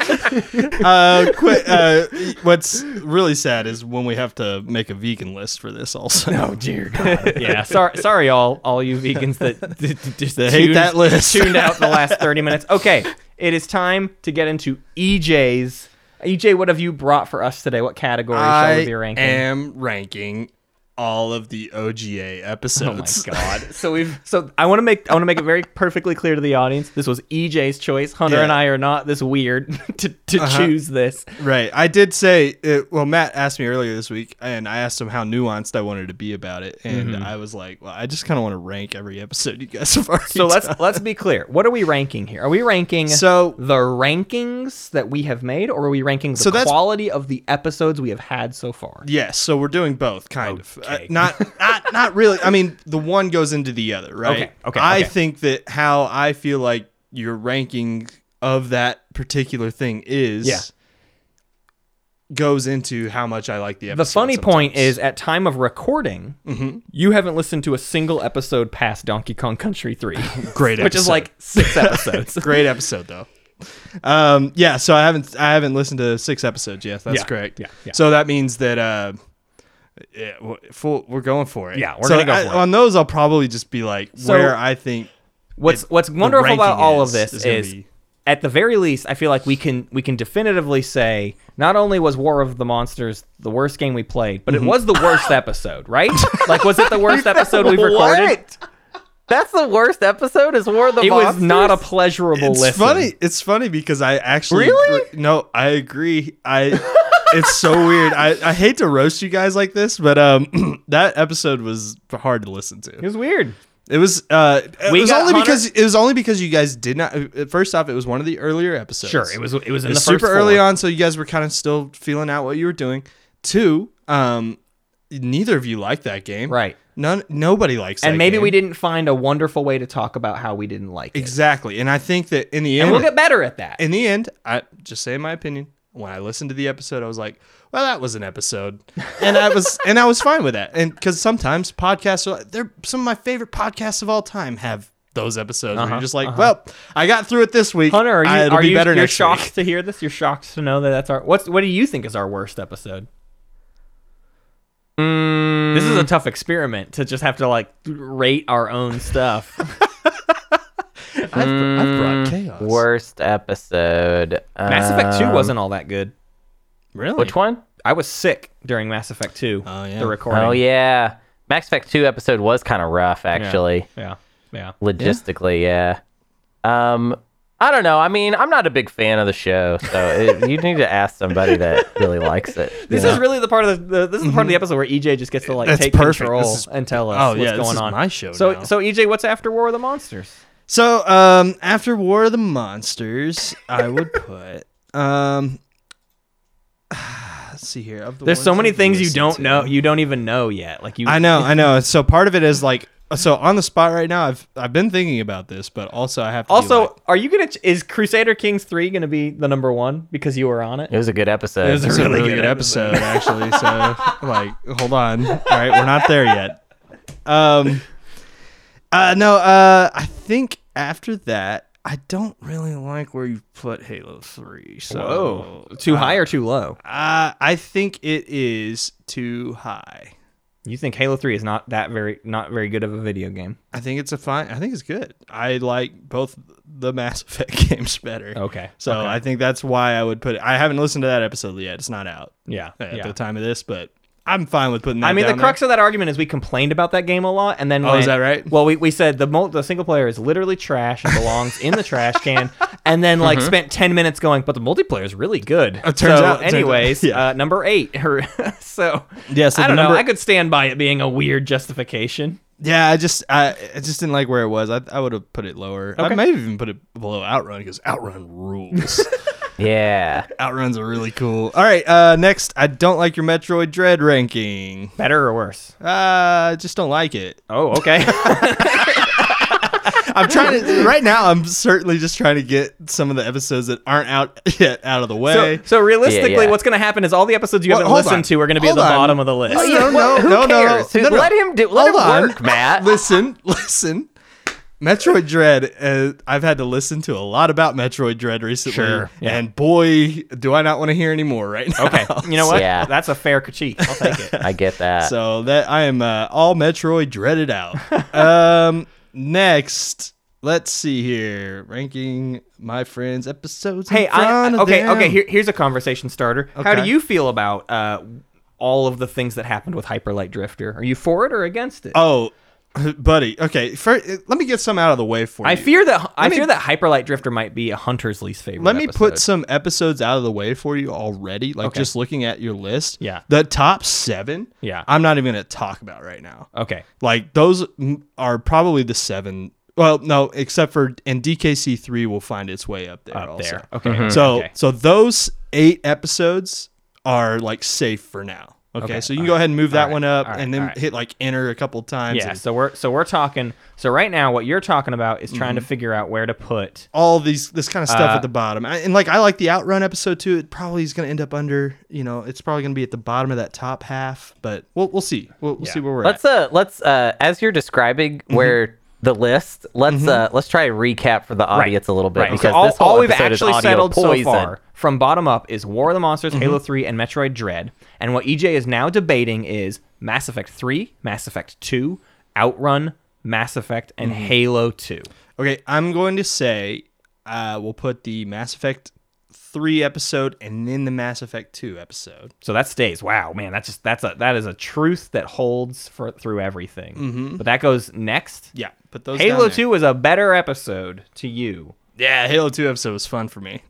E: uh, quit, uh, what's really sad is when we have to make a vegan list for this. Also,
B: oh dear God! Yeah, sorry, sorry, all all you vegans that d- d- just
E: hate
B: tuned-
E: that list.
B: tuned out the last thirty minutes. Okay, it is time to get into E EJ's. EJ, what have you brought for us today? What category shall we be ranking?
E: am ranking all of the OGA
B: oh my
E: episodes.
B: God! So we've so I want to make I want to make it very perfectly clear to the audience. This was EJ's E choice. Hunter
E: Yeah. Uh-huh.
B: and I are not this weird to, to choose this.
E: Right. I did say, uh well, Matt asked me earlier this week, and I asked him how nuanced I wanted to be about it, and
B: Mm-hmm.
E: I was like, well, I just kind of want to rank every episode you guys have already.
B: So let's
E: done.
B: let's be clear. What are we ranking here? Are we ranking
E: So-
B: the rankings that we have made, or are we ranking the
E: So that's-
B: quality of the episodes we have had so far?
E: Yes, so we're doing both, kind of. Uh,
B: Okay.
E: not, not, not really. I mean, the one goes into the other, right?
B: Okay, okay,
E: I
B: okay.
E: think that how I feel like your ranking of that particular thing is,
B: Yeah.
E: goes into how much I like the episode.
B: The funny point
E: sometimes.
B: is, at time of recording, you haven't listened to a single episode past Donkey Kong Country Three,
E: great,
B: which is
E: episode.
B: like six episodes.
E: great episode though. Um, yeah, so I haven't I haven't listened to six episodes yet. That's
B: Yeah,
E: correct.
B: yeah, yeah.
E: So that means that uh, yeah, w- full, we're going for it.
B: Yeah, we're
E: So
B: gonna go
E: I-
B: for it.
E: On those, I'll probably just be like
B: So-
E: where I think.
B: What's
E: it-
B: What's
E: the
B: wonderful about
E: ranking
B: all of
E: is-
B: this
E: is
B: is,
E: gonna be-
B: at the very least, I feel like we can we can definitively say not only was War of the Monsters the worst game we played, but it was the worst episode, right? like, was it the worst episode we've recorded?
D: What? That's the worst episode. Is War of the
B: It was
D: Monsters?
B: not a pleasurable
E: It's
B: listen.
E: funny. It's funny because I actually
D: Really?
E: gr- no, I agree. I it's so weird. I, I hate to roast you guys like this, but um, that episode was hard to listen to.
B: It was weird.
E: It was uh it
B: We
E: was
B: got
E: only
B: Hunter-
E: because it was only because you guys did not uh, first off it was one of the earlier episodes.
B: Sure, it was it was
E: It
B: in
E: was
B: the
E: super
B: first
E: early
B: four.
E: on so you guys were kind of still feeling out what you were doing. Two, um neither of you liked that game.
B: right?
E: None nobody likes that
B: And maybe
E: game.
B: we didn't find a wonderful way to talk about how we didn't like it.
E: Exactly. And I think that in the end
B: And we'll get better at that.
E: in the end, I just say my opinion. When I listened to the episode, I was like, "Well, that was an episode," and I was and I was fine with that. And because sometimes podcasts are they're some of my favorite podcasts of all time have those episodes where you're just like, "Well, I got through it this week.
B: Uh-huh, Hunter, are you,
E: I- it'll
B: are
E: be
B: you
E: better
B: you're
E: next
B: shocked
E: week."
B: to hear this? You're shocked to know that that's our what's what do you think is our worst episode?
E: Mm.
B: This is a tough experiment to just have to like rate our own stuff.
E: I've, I've
B: Mm,
E: brought chaos.
D: worst episode.
B: Mass Effect 2
D: Um,
B: wasn't all that good.
E: Really?
D: Which one?
B: I was sick during Mass Effect 2.
E: Oh, yeah.
B: The recording.
D: Oh yeah, Mass Effect Two episode was kind of rough actually.
B: Yeah. Yeah.
D: logistically yeah. um i don't know i mean i'm not a big fan of the show so it, you need to ask somebody that really likes it you
B: This
D: know?
B: is really the part of the, the this is the part of the episode where EJ just gets to like
E: Mm-hmm. That's
B: take
E: perfect.
B: control
E: This is-
B: and tell us
E: Oh,
B: what's
E: yeah, this
B: going
E: is
B: on.
E: my show
B: So
E: now.
B: so EJ, what's after War of the Monsters?
E: So, um, after War of the Monsters, I would put um. Let's see here. Of the
B: There's so
E: ones
B: many
E: I've
B: things you
E: listened
B: don't
E: to-
B: know, you don't even know yet. Like you,
E: I know, I know. So part of it is like so on the spot right now. I've I've been thinking about this, but also I have to
B: Also, are you gonna? ch- Is Crusader Kings three gonna be the number one because you were on it?
D: it was a good episode
E: it was a really, good, episode, actually. So like, hold on. All right, we're not there yet. Um, uh, no, uh, I think after that, I don't really like where you put Halo Three. So
B: Whoa, too high or too low?
E: uh, I think it is too high.
B: You think Halo three is not that very not very good of a video game?
E: I think it's a fine. I think it's good. I like both the Mass Effect games better.
B: Okay,
E: So I think that's why I would put it. I haven't listened to that episode yet. It's not out
B: yeah,
E: at
B: yeah.
E: the time of this, but I'm fine with putting that.
B: I mean, the
E: down there.
B: crux of that argument is we complained about that game a lot, and then
E: Oh,
B: went-
E: is that right?
B: Well, we, we said the mul- the single player is literally trash and belongs in the trash can, and then like spent ten minutes going, but the multiplayer is really good.
E: Mm-hmm. It turns
B: so,
E: out- it turns out-
B: anyways,
E: yeah.
B: uh, number eight. so
E: Yeah, so
B: I
E: the
B: don't know.
E: number-
B: I could stand by it being a weird justification.
E: Yeah, I just I, I just didn't like where it was. I, I would have put it lower. I
B: Okay.
E: might have even put it below Outrun because Outrun rules.
D: yeah
E: Outrun's are really cool. All right, uh, next. I don't like your Metroid Dread ranking.
B: Better or worse?
E: Uh, I just don't like it.
B: Oh, okay.
E: I'm trying to right now. I'm certainly just trying to get some of the episodes that aren't out yet out of the way.
B: So, so realistically,
D: Yeah, yeah.
B: what's going to happen is all the episodes you
E: Well,
B: haven't
E: hold
B: listened
E: on.
B: to are going to be
E: Hold
B: at the
E: on.
B: bottom of the
D: Oh,
B: list.
E: No, no, no,
D: Who
E: no, no,
D: cares? Who-
E: no, no.
D: let him do let
E: Hold
D: him
E: on.
D: work matt
E: listen, listen. Metroid Dread. Uh, I've had to listen to a lot about Metroid Dread recently,
B: Sure, yeah.
E: and boy, do I not want to hear any more right now.
B: Okay, you know what?
D: Yeah.
B: That's a fair critique. I'll take it.
D: i get that
E: So that I am uh, all Metroid dreaded out. um, next, let's see here. Ranking my friends episodes. in
B: Hey, I
E: front of
B: okay,
E: them.
B: okay. Here, here's a conversation starter. How do
E: Okay.
B: you feel about uh, all of the things that happened with Hyperlight Drifter? Are you for it or against it?
E: Oh, buddy. Okay, first, let me get some out of the way for
B: I
E: you.
B: fear that I
E: me-
B: fear that Hyperlight Drifter might be a Hunter's least favorite.
E: Let me put
B: episode.
E: some episodes out of the way for you already. Like just looking at your list.
B: Yeah.
E: The top seven.
B: Yeah.
E: I'm not even gonna talk about right now.
B: Okay.
E: Like those m- are probably the seven. Well, no, except for and DKC three will find its way up there.
B: Up
E: also. Mm-hmm.
B: there. Okay.
E: So
B: Okay.
E: so those eight episodes are like safe for now. Okay.
B: Okay,
E: So you can go ahead and move that one up
B: all right,
E: and then
B: all right.
E: hit like enter a couple times.
B: Yeah.
E: and
B: So we're so we're talking. So right now, what you're talking about is
E: Mm-hmm.
B: trying to figure out where to put.
E: all these this kind of stuff
B: Uh,
E: at the bottom. I, and like I like the Outrun episode too. It probably is going to end up under, you know, it's probably going to be at the bottom of that top half, but we'll we'll see. We'll, we'll see where we're
D: Let's
E: at.
D: uh let's uh as you're describing
B: Mm-hmm.
D: where the list, let's uh let's try to recap for the audience a little bit
B: Right.
D: because
B: So all,
D: this whole
B: all we've
D: episode is
B: actually
D: audio
B: settled
D: poison. Mm-hmm.
B: so far from bottom up is War of the Monsters, Halo 3, and Metroid Dread. And what EJ is now debating is Mass Effect 3, Mass Effect 2, Outrun, Mass Effect, and
D: Mm-hmm.
B: Halo 2.
E: Okay, I'm going to say uh we'll put the Mass Effect 3 episode and then the Mass Effect 2 episode.
B: So that stays. Wow, man, that's just that's a that is a truth that holds for through everything.
D: Mm-hmm.
B: But that goes next.
E: Yeah, put those down
B: Halo
E: there.
B: 2 was a better episode to you.
E: Yeah, Halo 2 episode was fun for me.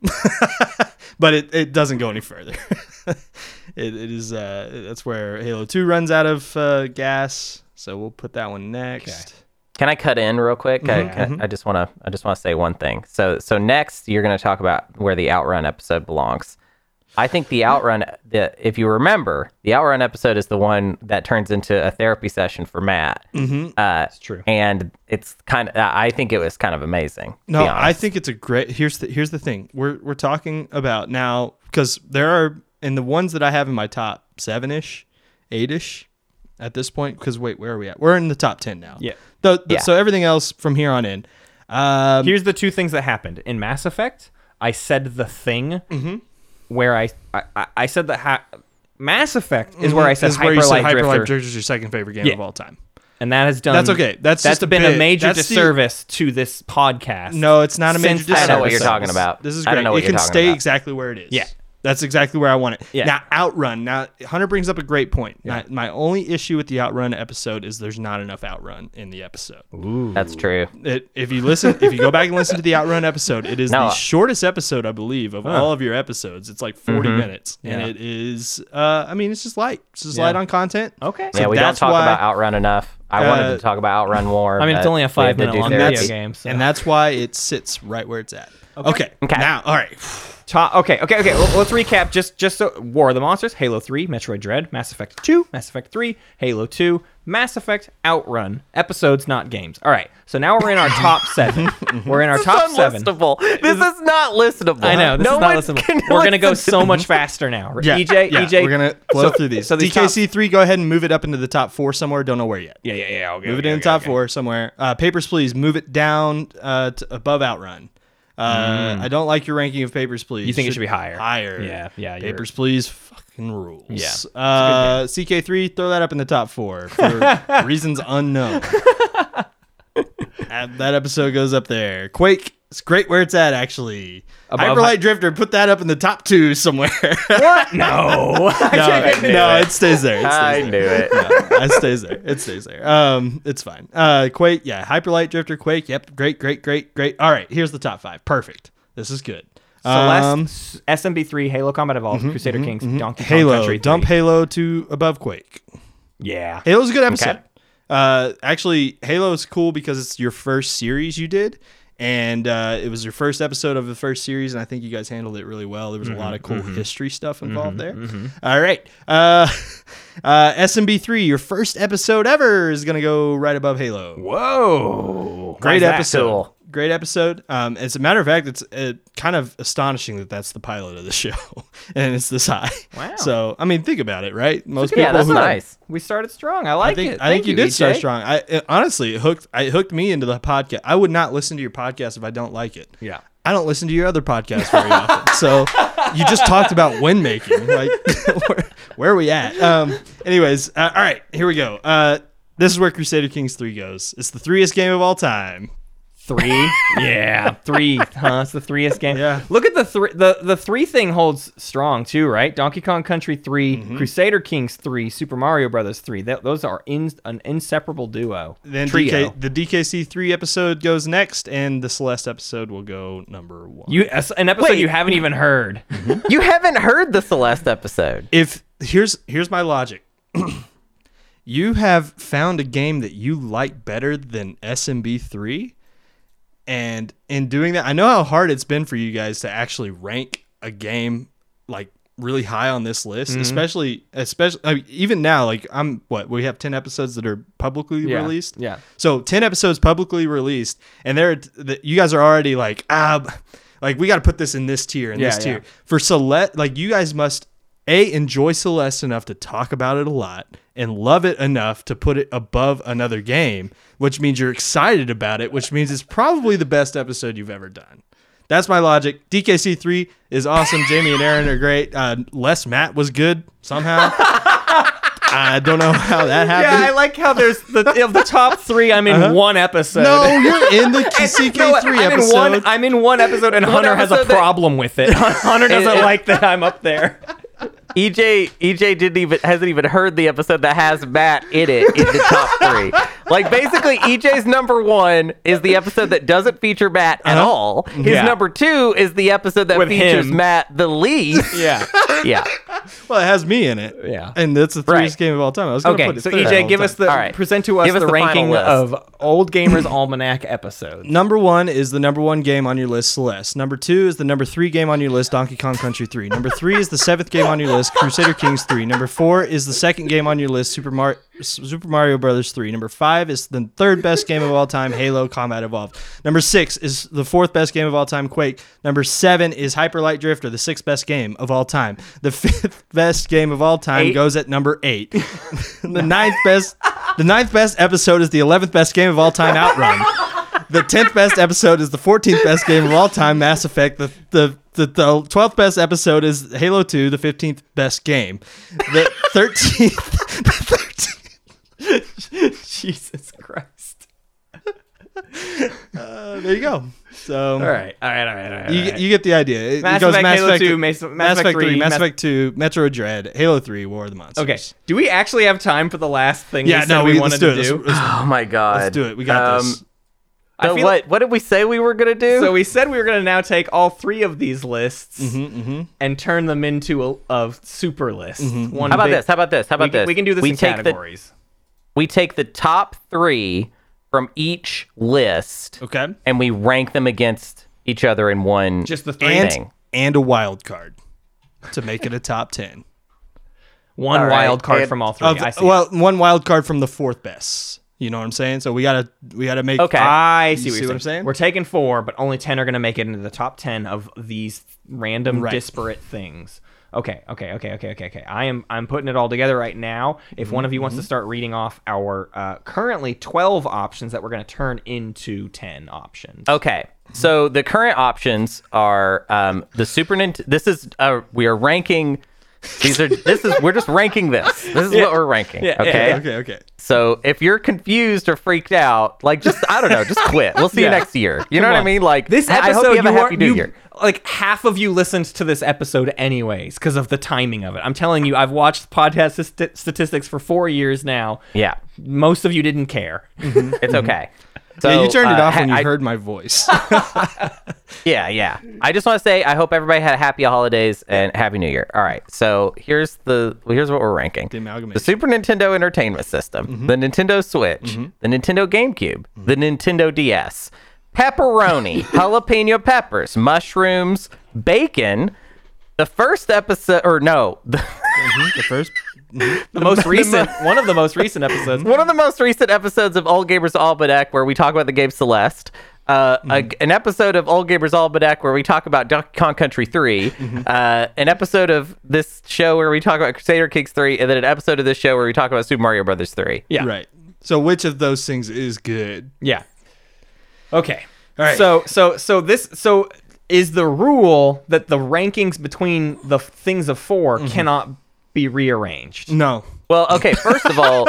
E: but it, it doesn't go any further. it, it is uh that's where Halo 2 runs out of uh, gas, so we'll put that one next.
D: Can I cut in real quick? I-
E: Mm-hmm.
D: I, I just want to I just want to say one thing. So so next you're going to talk about where the Outrun episode belongs. I think the Outrun the if you remember, the Outrun episode is the one that turns into a therapy session for Matt. Mm-hmm. Uh, it's
B: true.
D: And it's kind of I think it was kind of amazing. to
E: No,
D: be
E: I
D: honest.
E: think it's a great. Here's the here's the thing we're we're talking about now because there are in the ones that I have in my top seven ish, eight ish, at this point. Because wait, where are we at? We're in the top ten now.
B: Yeah.
E: Though th-
D: Yeah.
E: So everything else from here on in. Um,
B: Here's the two things that happened in Mass Effect. I said the thing where I, I I- I said that ha- Mass Effect is where I said
E: Mm-hmm. is where you
B: Hyper Light
E: Hyper
B: Drifter,
E: Light Drifter is your second favorite game
B: Yeah.
E: of all time.
B: and that has done.
E: That's okay.
B: that's
E: That's just a
B: been a
E: bit-
B: major
E: that's the-
B: disservice to this podcast.
E: No, it's not a major.
B: Since I
D: know what
E: disservice.
D: you're talking about.
E: This is
D: I
E: great.
D: don't know
E: it
D: what you're
E: can
D: talking
E: stay
D: about.
E: exactly where it is.
B: Yeah.
E: That's exactly where I want it.
B: Yeah.
E: Now, Outrun. Now, Hunter brings up a great point. My, my only issue with the Outrun episode is there's not enough Outrun in the episode.
D: that's true.
E: It, if you listen, if you go back and listen to the Outrun episode, it is the
D: No.
E: shortest episode, I believe, of all of your episodes. It's like 40
D: Mm-hmm.
E: minutes, and it is. Uh, I mean, it's just light. It's just light on content.
B: Okay.
D: yeah, we don't
E: that's
D: talk
E: why-
D: about Outrun enough. I wanted
E: Uh,
D: to talk about Outrun more.
B: I mean, it's
D: but
B: only a
D: we had to
B: five-minute
D: do
B: long
D: therapy.
B: video game, so-
E: And that's why it sits right where it's at. Okay.
D: Okay.
E: Now, all right.
B: Ta- okay, okay, okay. Well, let's recap. Just, just so War of the Monsters, Halo Three, Metroid Dread, Mass Effect Two, Mass Effect Three, Halo Two, Mass Effect Outrun. Episodes, not games. All right. So now we're in our top seven. we're in our top seven.
D: unlistable. This is not listenable.
B: I know this
D: no
B: is not
D: one can
B: listenable. We're gonna go
D: listen
B: so
D: to
B: much faster now. E
E: Yeah,
B: EJ,
E: yeah,
B: EJ,
E: we're gonna
B: so-
E: blow through these.
B: So these
E: DKC
B: top,
E: three, go ahead and move it up into the top four somewhere. Don't know where yet.
B: yeah, yeah, yeah. Okay,
E: move it
B: okay,
E: in
B: okay,
E: the top
B: okay.
E: four somewhere. Uh, Papers, please move it down uh, to above Outrun. Uh, I don't like your ranking of Papers, please.
B: Mm. You think it should be higher.
E: Higher.
B: Yeah, yeah, you're-
E: Papers, please. Fucking rules.
B: Yeah, it's a good
E: Uh, CK three, throw that up in the top four for reasons unknown. Uh, that episode goes up there. Quake. It's great where it's at, actually.
B: Above-
E: Hyper Light Drifter, put that up in the top two somewhere.
B: What? No.
E: no, no, it stays there. It
D: I
E: stays
D: knew
E: there.
D: it.
E: Yeah, it stays there. It stays there. Um, it's fine. Uh, Quake, yeah, Hyperlight Drifter, Quake. Yep, great, great, great, great. All right, here's the top five. Perfect. This is good.
B: Celeste,
E: Um, Mm-hmm,
B: S- SMB3, Halo Combat Evolved, Crusader Kings, Donkey Kong
E: Halo,
B: Country.
E: dump
B: 3.
E: Halo to above Quake.
B: Yeah.
E: Halo's a good episode.
D: Okay.
E: Uh, actually, Halo's cool because it's your first series you did, and uh, it was your first episode of the first series, and I think you guys handled it really well. There was a
B: Mm-hmm.
E: lot of cool history stuff involved there. All right, uh, uh, SMB three, your first episode ever is gonna go right above Halo.
B: Whoa.
E: Great
D: that
E: episode.
D: cool?
E: Great episode. Um, as a matter of fact, it's uh, kind of astonishing that that's the pilot of the show, and it's this high.
B: Wow.
E: So I mean, think about it, right? Most
D: Yeah, that's
E: who-
D: nice.
B: We started strong. I like
E: I think
B: it.
E: I think
B: Thank E
E: you, did start
B: EJ.
E: strong. I it, honestly it hooked. I it hooked me into the podcast. I would not listen to your podcast if I don't like it.
B: Yeah.
E: I don't listen to your other podcast very often. So you just talked about win making. Like where, where are we at? Um. Anyways, uh, all right, here we go. Uh, this is where Crusader Kings three goes. It's the threest game of all time.
B: Three, yeah, three, huh? It's the threeest game.
E: Yeah.
B: Look at the three. The the three thing holds strong too, right? Donkey Kong Country 3
E: Mm-hmm.
B: Crusader Kings three, Super Mario Brothers three. Th- those are in, an inseparable duo.
E: Then
B: trio.
E: DK, the DKC three episode goes next, and the Celeste episode will go number one.
B: You an episode you haven't even heard.
D: You haven't heard the Celeste episode.
E: if here's here's my logic. you have found a game that you like better than SMB three, and in doing that, I know how hard it's been for you guys to actually rank a game like really high on this list,
B: Mm-hmm.
E: especially especially I mean, even now. Like I'm what we have ten episodes that are publicly
B: Yeah,
E: released.
B: yeah.
E: So ten episodes publicly released, and there the, you guys are already like ah, like we got to put this in this tier and
B: Yeah,
E: this
B: yeah.
E: tier for Celeste. Like you guys must a enjoy Celeste enough to talk about it a lot and love it enough to put it above another game, which means you're excited about it, which means it's probably the best episode you've ever done. That's my logic. DKC three is awesome. Jamie and Aaron are great. Uh, Les Matt was good somehow. I don't know how that
B: Yeah, I
E: happened.
B: like how there's the of the top three. I'm in one episode.
E: no, you're in the CK three
B: I'm
E: episode.
B: In one, I'm in one episode, and Hunter has a
D: episode that-
B: problem with it. Hunter doesn't
D: And-
B: like that I'm up there.
D: EJ EJ E didn't even hasn't even heard the episode that has Matt in it in the top three. Like basically, EJ's number one is the episode that doesn't feature Matt at
E: Uh-huh.
D: all. His
B: Yeah.
D: number two is the episode that
B: With
D: features
B: him.
D: Matt the least.
B: Yeah.
D: yeah.
E: Well, it has me in it.
B: Yeah.
E: and that's the threes
D: Right.
E: game of all time. I was gonna
B: Okay,
E: put it
B: so
E: third
B: EJ,
E: all
B: give us
E: time.
B: the
D: All right.
B: present to us
D: Give us
B: the,
D: the final
B: ranking
D: list.
B: of old gamers almanac episodes.
E: Number one is the number one game on your list, Celeste. Number two is the number three game on your list, Donkey Kong Country 3. Number three is the seventh game on your list, Crusader Kings 3. Number four is the second game on your list, Super, Mar- Super Mario Brothers 3. Number five is the third best game of all time, Halo Combat Evolved. Number six is the fourth best game of all time, Quake. Number seven is Hyper Light Drifter, the sixth best game of all time. The fifth best game of all time
D: Eight.
E: goes at number eight. the ninth best. The ninth best episode is the eleventh best game of all time, Outrun. The tenth best episode is the fourteenth best game of all time, Mass Effect. The the the- the twelfth best episode is Halo Two. The fifteenth best game. The thirteenth.
B: Jesus Christ!
E: Oh, there you go. So
B: All right, all right, all right, all right.
E: You,
B: all right.
E: you get the idea. It
B: Mass
E: goes
B: Effect,
E: Mass
B: Halo
E: Effect
B: 2, Mas- Mass Effect 3,
E: Mass
B: Mass-
E: Effect 2, Metro Dread, Halo 3, War of the Monsters.
B: okay, do we actually have time for the last thing?
E: Yeah,
B: we said
E: no,
B: we
E: we,
B: wanted
E: let's do it.
B: to
E: Let's,
B: do.
E: let's-
D: Oh my god.
E: let's do it. We got
D: Um,
E: this.
B: I
D: but
B: feel-
D: what what did we say we were gonna do?
B: So we said we were going to now take all three of these lists
D: Mm-hmm,
B: and turn them into a, a super list. One
D: mm-hmm. How about
B: big-
D: this? How about this? How about
B: we, can-
D: this?
B: We can do this
D: We
B: in
D: take the
B: categories.
D: we take the top three from each list
E: Okay.
D: and we rank them against each other in one.
B: Just the three.
E: And,
D: thing.
E: and a wild card to make it a top 10.
B: One
D: All right,
B: wild card
D: and-
B: from all three.
E: Of-
B: I see.
E: well, one wild card from the fourth best. You know what I'm saying? So we gotta we gotta make
D: Okay.
B: I see,
E: You
B: what,
E: see
B: you're
E: what I'm saying?
B: We're taking four, but only ten are going to make it into the top ten of these random
E: Right.
B: disparate things. Okay, okay, okay, okay, okay, okay. I am I'm putting it all together right now. If
D: Mm-hmm,
B: one of you wants to start reading off our uh, currently twelve options that we're going to turn into ten options.
D: Okay. So the current options are um, the Super Nintendo. This is uh, we are ranking. These are this is we're just ranking this. This is what we're ranking.
B: Yeah, yeah,
D: okay.
B: yeah.
E: Okay, okay.
D: So if you're confused or freaked out, like just I don't know, just quit. We'll see
B: Yeah.
D: you next year. You know
B: Come
D: what I
B: on.
D: mean? Like
B: This
D: I-
B: episode,
D: I hope you have a happy
B: are-
D: new
B: you-
D: year.
B: Like half of you listened to this episode anyways because of the timing of it. I'm telling you, I've watched podcast st- statistics for four years now.
D: Yeah,
B: Most of you didn't care.
D: it's okay. So
E: yeah, you turned it
D: uh,
E: off
D: ha-
E: when you
D: I-
E: heard my voice.
D: Yeah, yeah. I just want to say I hope everybody had happy holidays and happy new year. All right. So here's the well, here's what we're ranking. The
E: amalgamation.
D: The Super Nintendo Entertainment System, the Nintendo Switch, the Nintendo GameCube, the Nintendo DS, pepperoni, jalapeno peppers, mushrooms, bacon, the first episode or no, the
E: the first.
B: The most recent, one of the most recent episodes.
D: one of the most recent episodes of Old Gamers Almanac where we talk about the game Celeste. Uh, a-
E: Mm-hmm.
D: an episode of Old Gamers Almanac where we talk about Donkey Kong Country 3.
E: Mm-hmm.
D: Uh, an episode of this show where we talk about Crusader Kings 3. And then an episode of this show where we talk about Super Mario Brothers 3.
B: Yeah.
E: Right. So which of those things is good?
B: Yeah. Okay. All
E: right.
B: So so so this so is the rule that the rankings between the f- things
E: Mm-hmm.
B: of 4 cannot be rearranged.
E: No.
D: Well, okay, first of all,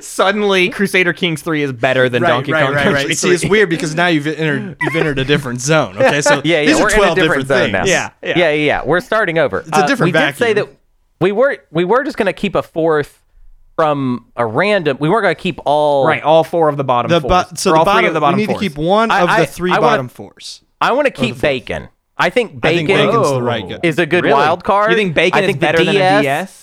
B: Suddenly, Crusader Kings 3 is better than Donkey Kong
E: right,
B: Country
E: right.
B: 3.
E: See, it's weird because now you've entered you've entered a different zone. Okay, so
D: Yeah, yeah,
E: these
D: we're
E: are twelve
D: in a different,
E: things.
D: zone now.
B: Yeah, yeah.
D: yeah, yeah, yeah. We're starting over. It's
E: a different
D: We did
E: vacuum.
D: say that we were we were just gonna keep a fourth from a random. We weren't gonna keep all.
B: Right, all four of the bottom
E: The
B: fours.
E: bo- so
B: Or
E: the
B: all
E: bottom,
B: three of the bottom
E: we need
B: fours.
E: to keep one
D: I-
E: of the
D: I-
E: three
D: I wanna-
E: bottom fours.
D: I want to keep bacon. I think
E: I
D: bacon.
E: think bacon's
B: Oh.
E: the right guy.
D: is a good
B: Really?
D: wild card.
B: You think Bacon
D: I
B: is
D: think the
B: better
D: DS,
B: than a DS?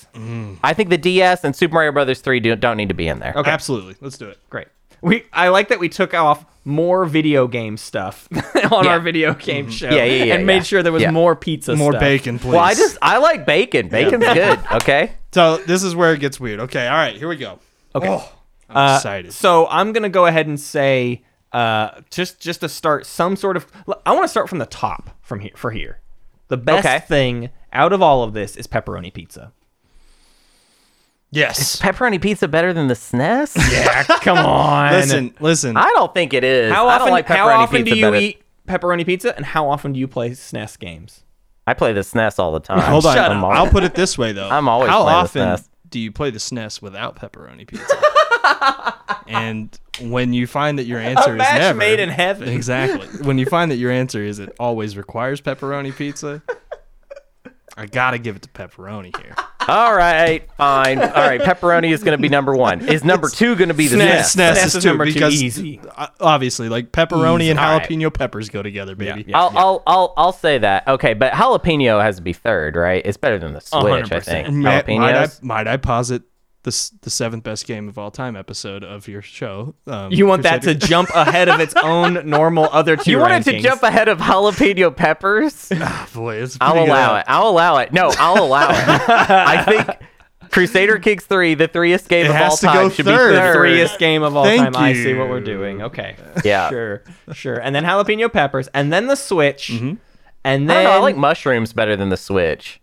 D: I think the DS and Super Mario Brothers 3 do, don't need to be in there.
B: Okay.
E: Absolutely, let's do it.
B: Great. We I like that we took off more video game stuff on our video game show.
D: Mm-hmm. Yeah, yeah, yeah,
B: And
D: yeah.
B: made sure there was
D: Yeah.
B: more pizza
E: More
B: stuff.
E: bacon, please.
D: Well, I just I like bacon. Bacon's good. Okay.
E: so this is where it gets weird. Okay, all right, here we go. Okay, I'm excited.
B: So I'm gonna go ahead and say, uh, just just to start some sort of. I want to start from the top from here for here. The best
D: Okay.
B: thing out of all of this is pepperoni pizza.
E: yes,
D: Pepperoni pizza better than the SNES?
B: Yeah, come on.
E: listen, listen.
D: I don't think it is.
B: how
D: I
B: often?
D: don't like pepperoni
B: how often
D: pizza
B: do you
D: better.
B: eat pepperoni pizza, and how often do you play SNES games?
D: I play the SNES all the time.
E: Hold on,
B: Shut
D: I'm
B: up.
D: all-
E: I'll put it this way though.
D: I'm always
E: how
D: playing the
E: often
D: SNES.
E: do you play the SNES without pepperoni pizza? and when you find that your answer is
B: match
E: never
B: made in heaven.
E: exactly. When you find that your answer is it always requires pepperoni pizza, I gotta give it to pepperoni here.
D: All right, fine. All right, pepperoni is going to be number one. Is number two going to be the E
B: SNES.
D: SNES?
B: SNES
E: SNES, E is,
B: E is
E: too,
B: number two,
E: because
B: easy.
E: uh, obviously, like pepperoni and
D: All right.
E: jalapeno peppers go together, baby.
D: I'll, I'll I'll I'll say that. Okay, but jalapeno has to be third, right? It's better than the Switch, I
B: 100%.
D: think.
E: Ma- might, I,
D: Jalapenos.
E: might I posit this the seventh best game of all time episode of your show? Um,
B: You want that to
E: Crusader-
B: jump ahead of its own normal other two.
D: You wanted to
B: rankings.
D: jump ahead of jalapeno peppers?
E: Boy, it's a
D: I'll
E: pretty good
D: allow
E: app.
D: it. I'll allow it. No, I'll allow it. I think Crusader Kings 3, the threest game
E: It
D: of
E: has
D: all
E: to go
D: time, should
E: third.
D: be
B: the
D: third.
B: threest game of all
E: Thank
B: time. I see what we're
E: you.
B: doing. Okay.
D: Yeah.
B: Sure. Sure. And then jalapeno peppers, and then the Switch,
E: Mm-hmm.
B: and
D: I,
B: then
D: don't know, I like mushrooms better than the Switch.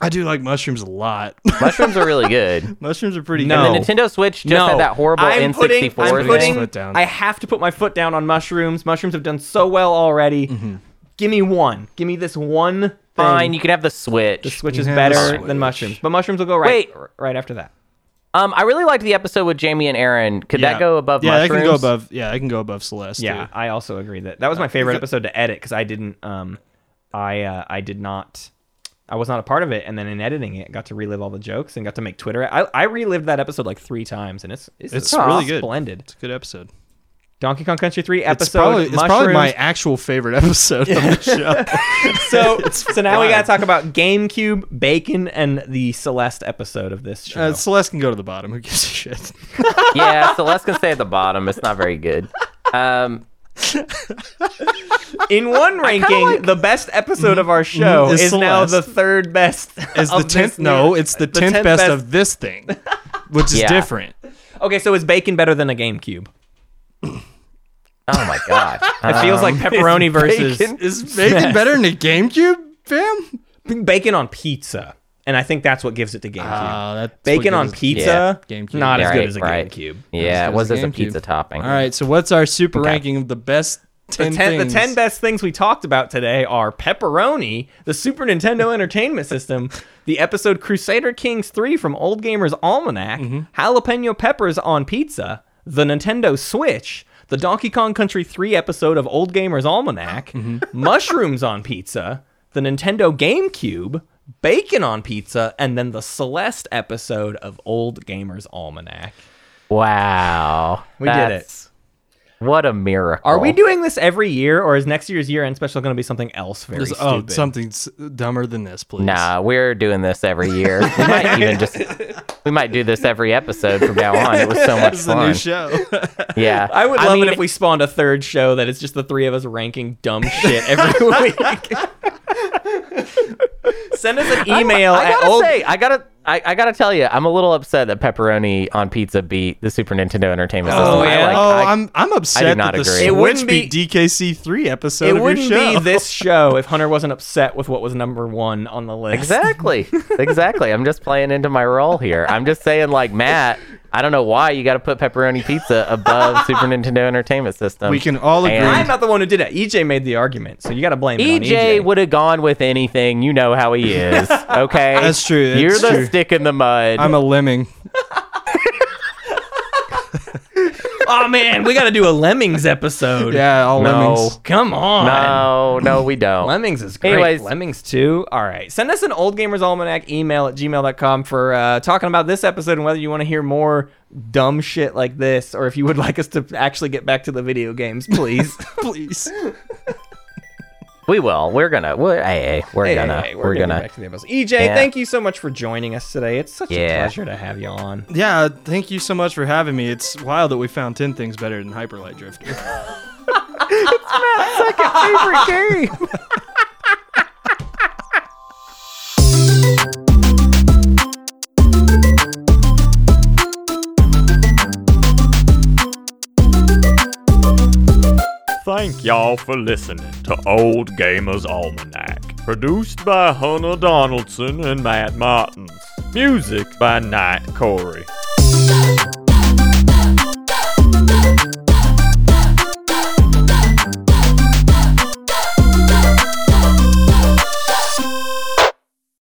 E: I do like mushrooms a lot.
D: Mushrooms are really good.
E: mushrooms are pretty
B: No.
E: good.
D: The Nintendo Switch just
B: no,
D: had that horrible
B: I'm
D: N64
B: putting, I'm
D: thing.
B: putting,
E: Put down.
B: I have to put my foot down on mushrooms. Mushrooms have done so well already.
E: Mm-hmm.
B: Give me one. Give me this one thing.
D: Fine, you can have the Switch.
B: the Switch is
E: Yeah,
B: better
E: the Switch.
B: than mushrooms, but mushrooms will go right
D: Wait.
B: r- right after that.
D: Um, I really liked the episode with Jamie and Aaron. Could that go above
E: yeah,
D: mushrooms?
E: that can go above. Yeah, I can go above Celeste.
B: Yeah,
E: too.
B: I also agree that that was my favorite episode to edit because I didn't, um, I uh, I did not, I was not a part of it, and then in editing it, got to relive all the jokes and got to make Twitter. I, I relived that episode like three times, and it's it's,
E: It's really good.
B: splendid.
E: it's a good episode.
B: Donkey Kong Country three episode.
E: It's probably it's probably my
B: mushrooms.
E: actual favorite episode of the show.
B: so so now we gotta
E: wild.
B: talk about GameCube, Bacon, and the Celeste episode of this show.
E: Uh, Celeste can go to the bottom. Who gives a shit?
D: yeah, Celeste can stay at the bottom. It's not very good. Um,
B: in one ranking, the best episode of our show
E: Mhm,
B: is,
E: is
B: now the
E: Celeste.
B: third best.
E: Is the
B: of this
E: tenth?
B: new-
E: No, it's the, tenth, best, of this thing, which is
D: Yeah.
E: different.
B: Okay, so is Bacon better than a GameCube?
D: oh my god,
B: It feels like pepperoni versus
D: bacon.
E: Um, Is bacon better than a GameCube, fam?
B: bacon on pizza, and I think that's what gives it to GameCube.
E: Ah, that's what
B: bacon on
E: gives it-
B: pizza,
E: Yeah, GameCube.
B: not as
D: Right,
B: good as a
D: right.
B: GameCube.
D: yeah, it
E: It's
D: was
E: good as
D: as
E: a
D: a pizza
E: GameCube.
D: topping.
E: All right, so what's our super ranking of the best
B: The
E: ten,
B: ten, the
E: things?
B: 10 best things we talked about today are pepperoni, the Super Nintendo Entertainment System, the episode Crusader Kings 3 from Old Gamer's Almanac,
E: Mm-hmm.
B: jalapeno peppers on pizza, the Nintendo Switch, the Donkey Kong Country 3 episode of Old Gamer's Almanac,
E: Mm-hmm.
B: mushrooms on pizza, the Nintendo GameCube, bacon on pizza, and then the Celeste episode of Old Gamer's Almanac.
D: Wow,
B: We did
D: That's- What a miracle!
B: Are we doing this every year, or is next year's year end special going to be something else very
E: There's-
B: stupid?
E: oh, something s- dumber than this, please.
D: Nah, we're doing this every year. We might even just we might do this every episode from now on. It was so much
E: This is a new
D: fun.
E: show.
D: Yeah,
B: I would love
D: mean,
B: it if we spawned a third show that it's just the three of us ranking dumb shit every week. Send us an email
D: I
B: at
D: gotta
B: old.
D: say, I gotta, I, I gotta tell you, I'm a little upset that pepperoni on pizza beat the Super Nintendo Entertainment System.
B: Oh,
D: I
B: yeah?
D: like-
E: oh,
D: I-
E: I'm I'm upset
D: not
E: that the
D: agree. It
E: Switch
B: wouldn't
E: beat DKC three episode
B: it
E: of your
B: wouldn't
E: show.
B: be this show if Hunter wasn't upset with what was number one on the list.
D: exactly, exactly. I'm just playing into my role here. I'm just saying, like Matt, I don't know why you got to put pepperoni pizza above Super Nintendo Entertainment System.
E: We can all agree.
B: I'm
D: And
B: not the one who did it. EJ made the argument, so you got to blame it on E
D: EJ
B: EJ.
D: would have E gone with anything. You know how he is. Okay,
E: That's true,
D: You're
E: that's
D: the
E: true.
D: stick in the mud.
E: I'm a lemming.
B: oh man, we got to do a Lemmings episode.
E: Yeah, all
D: No.
E: lemmings.
B: Come on.
D: No, no, we don't.
B: Lemmings is great.
D: Anyways.
B: Lemmings too. All right. Send us an old gamers almanac email at gmail.com for uh, talking about this episode and whether you want to hear more dumb shit like this or if you would like us to actually get back to the video games, please.
E: Please.
D: We will. We're gonna. We're, hey, hey, we're
B: Hey,
D: gonna.
B: hey, hey,
D: we're,
B: get
D: gonna.
B: back to the episode. EJ,
D: Yeah.
B: thank you so much for joining us today. It's such a
D: Yeah.
B: pleasure to have you on.
E: Yeah, thank you so much for having me. It's wild that we found 10 things better than Hyperlight Drifter.
A: Thank y'all for listening to Old Gamers Almanac, produced by Hunter Donaldson and Matt Martins. Music by Knight Corey.
G: Go!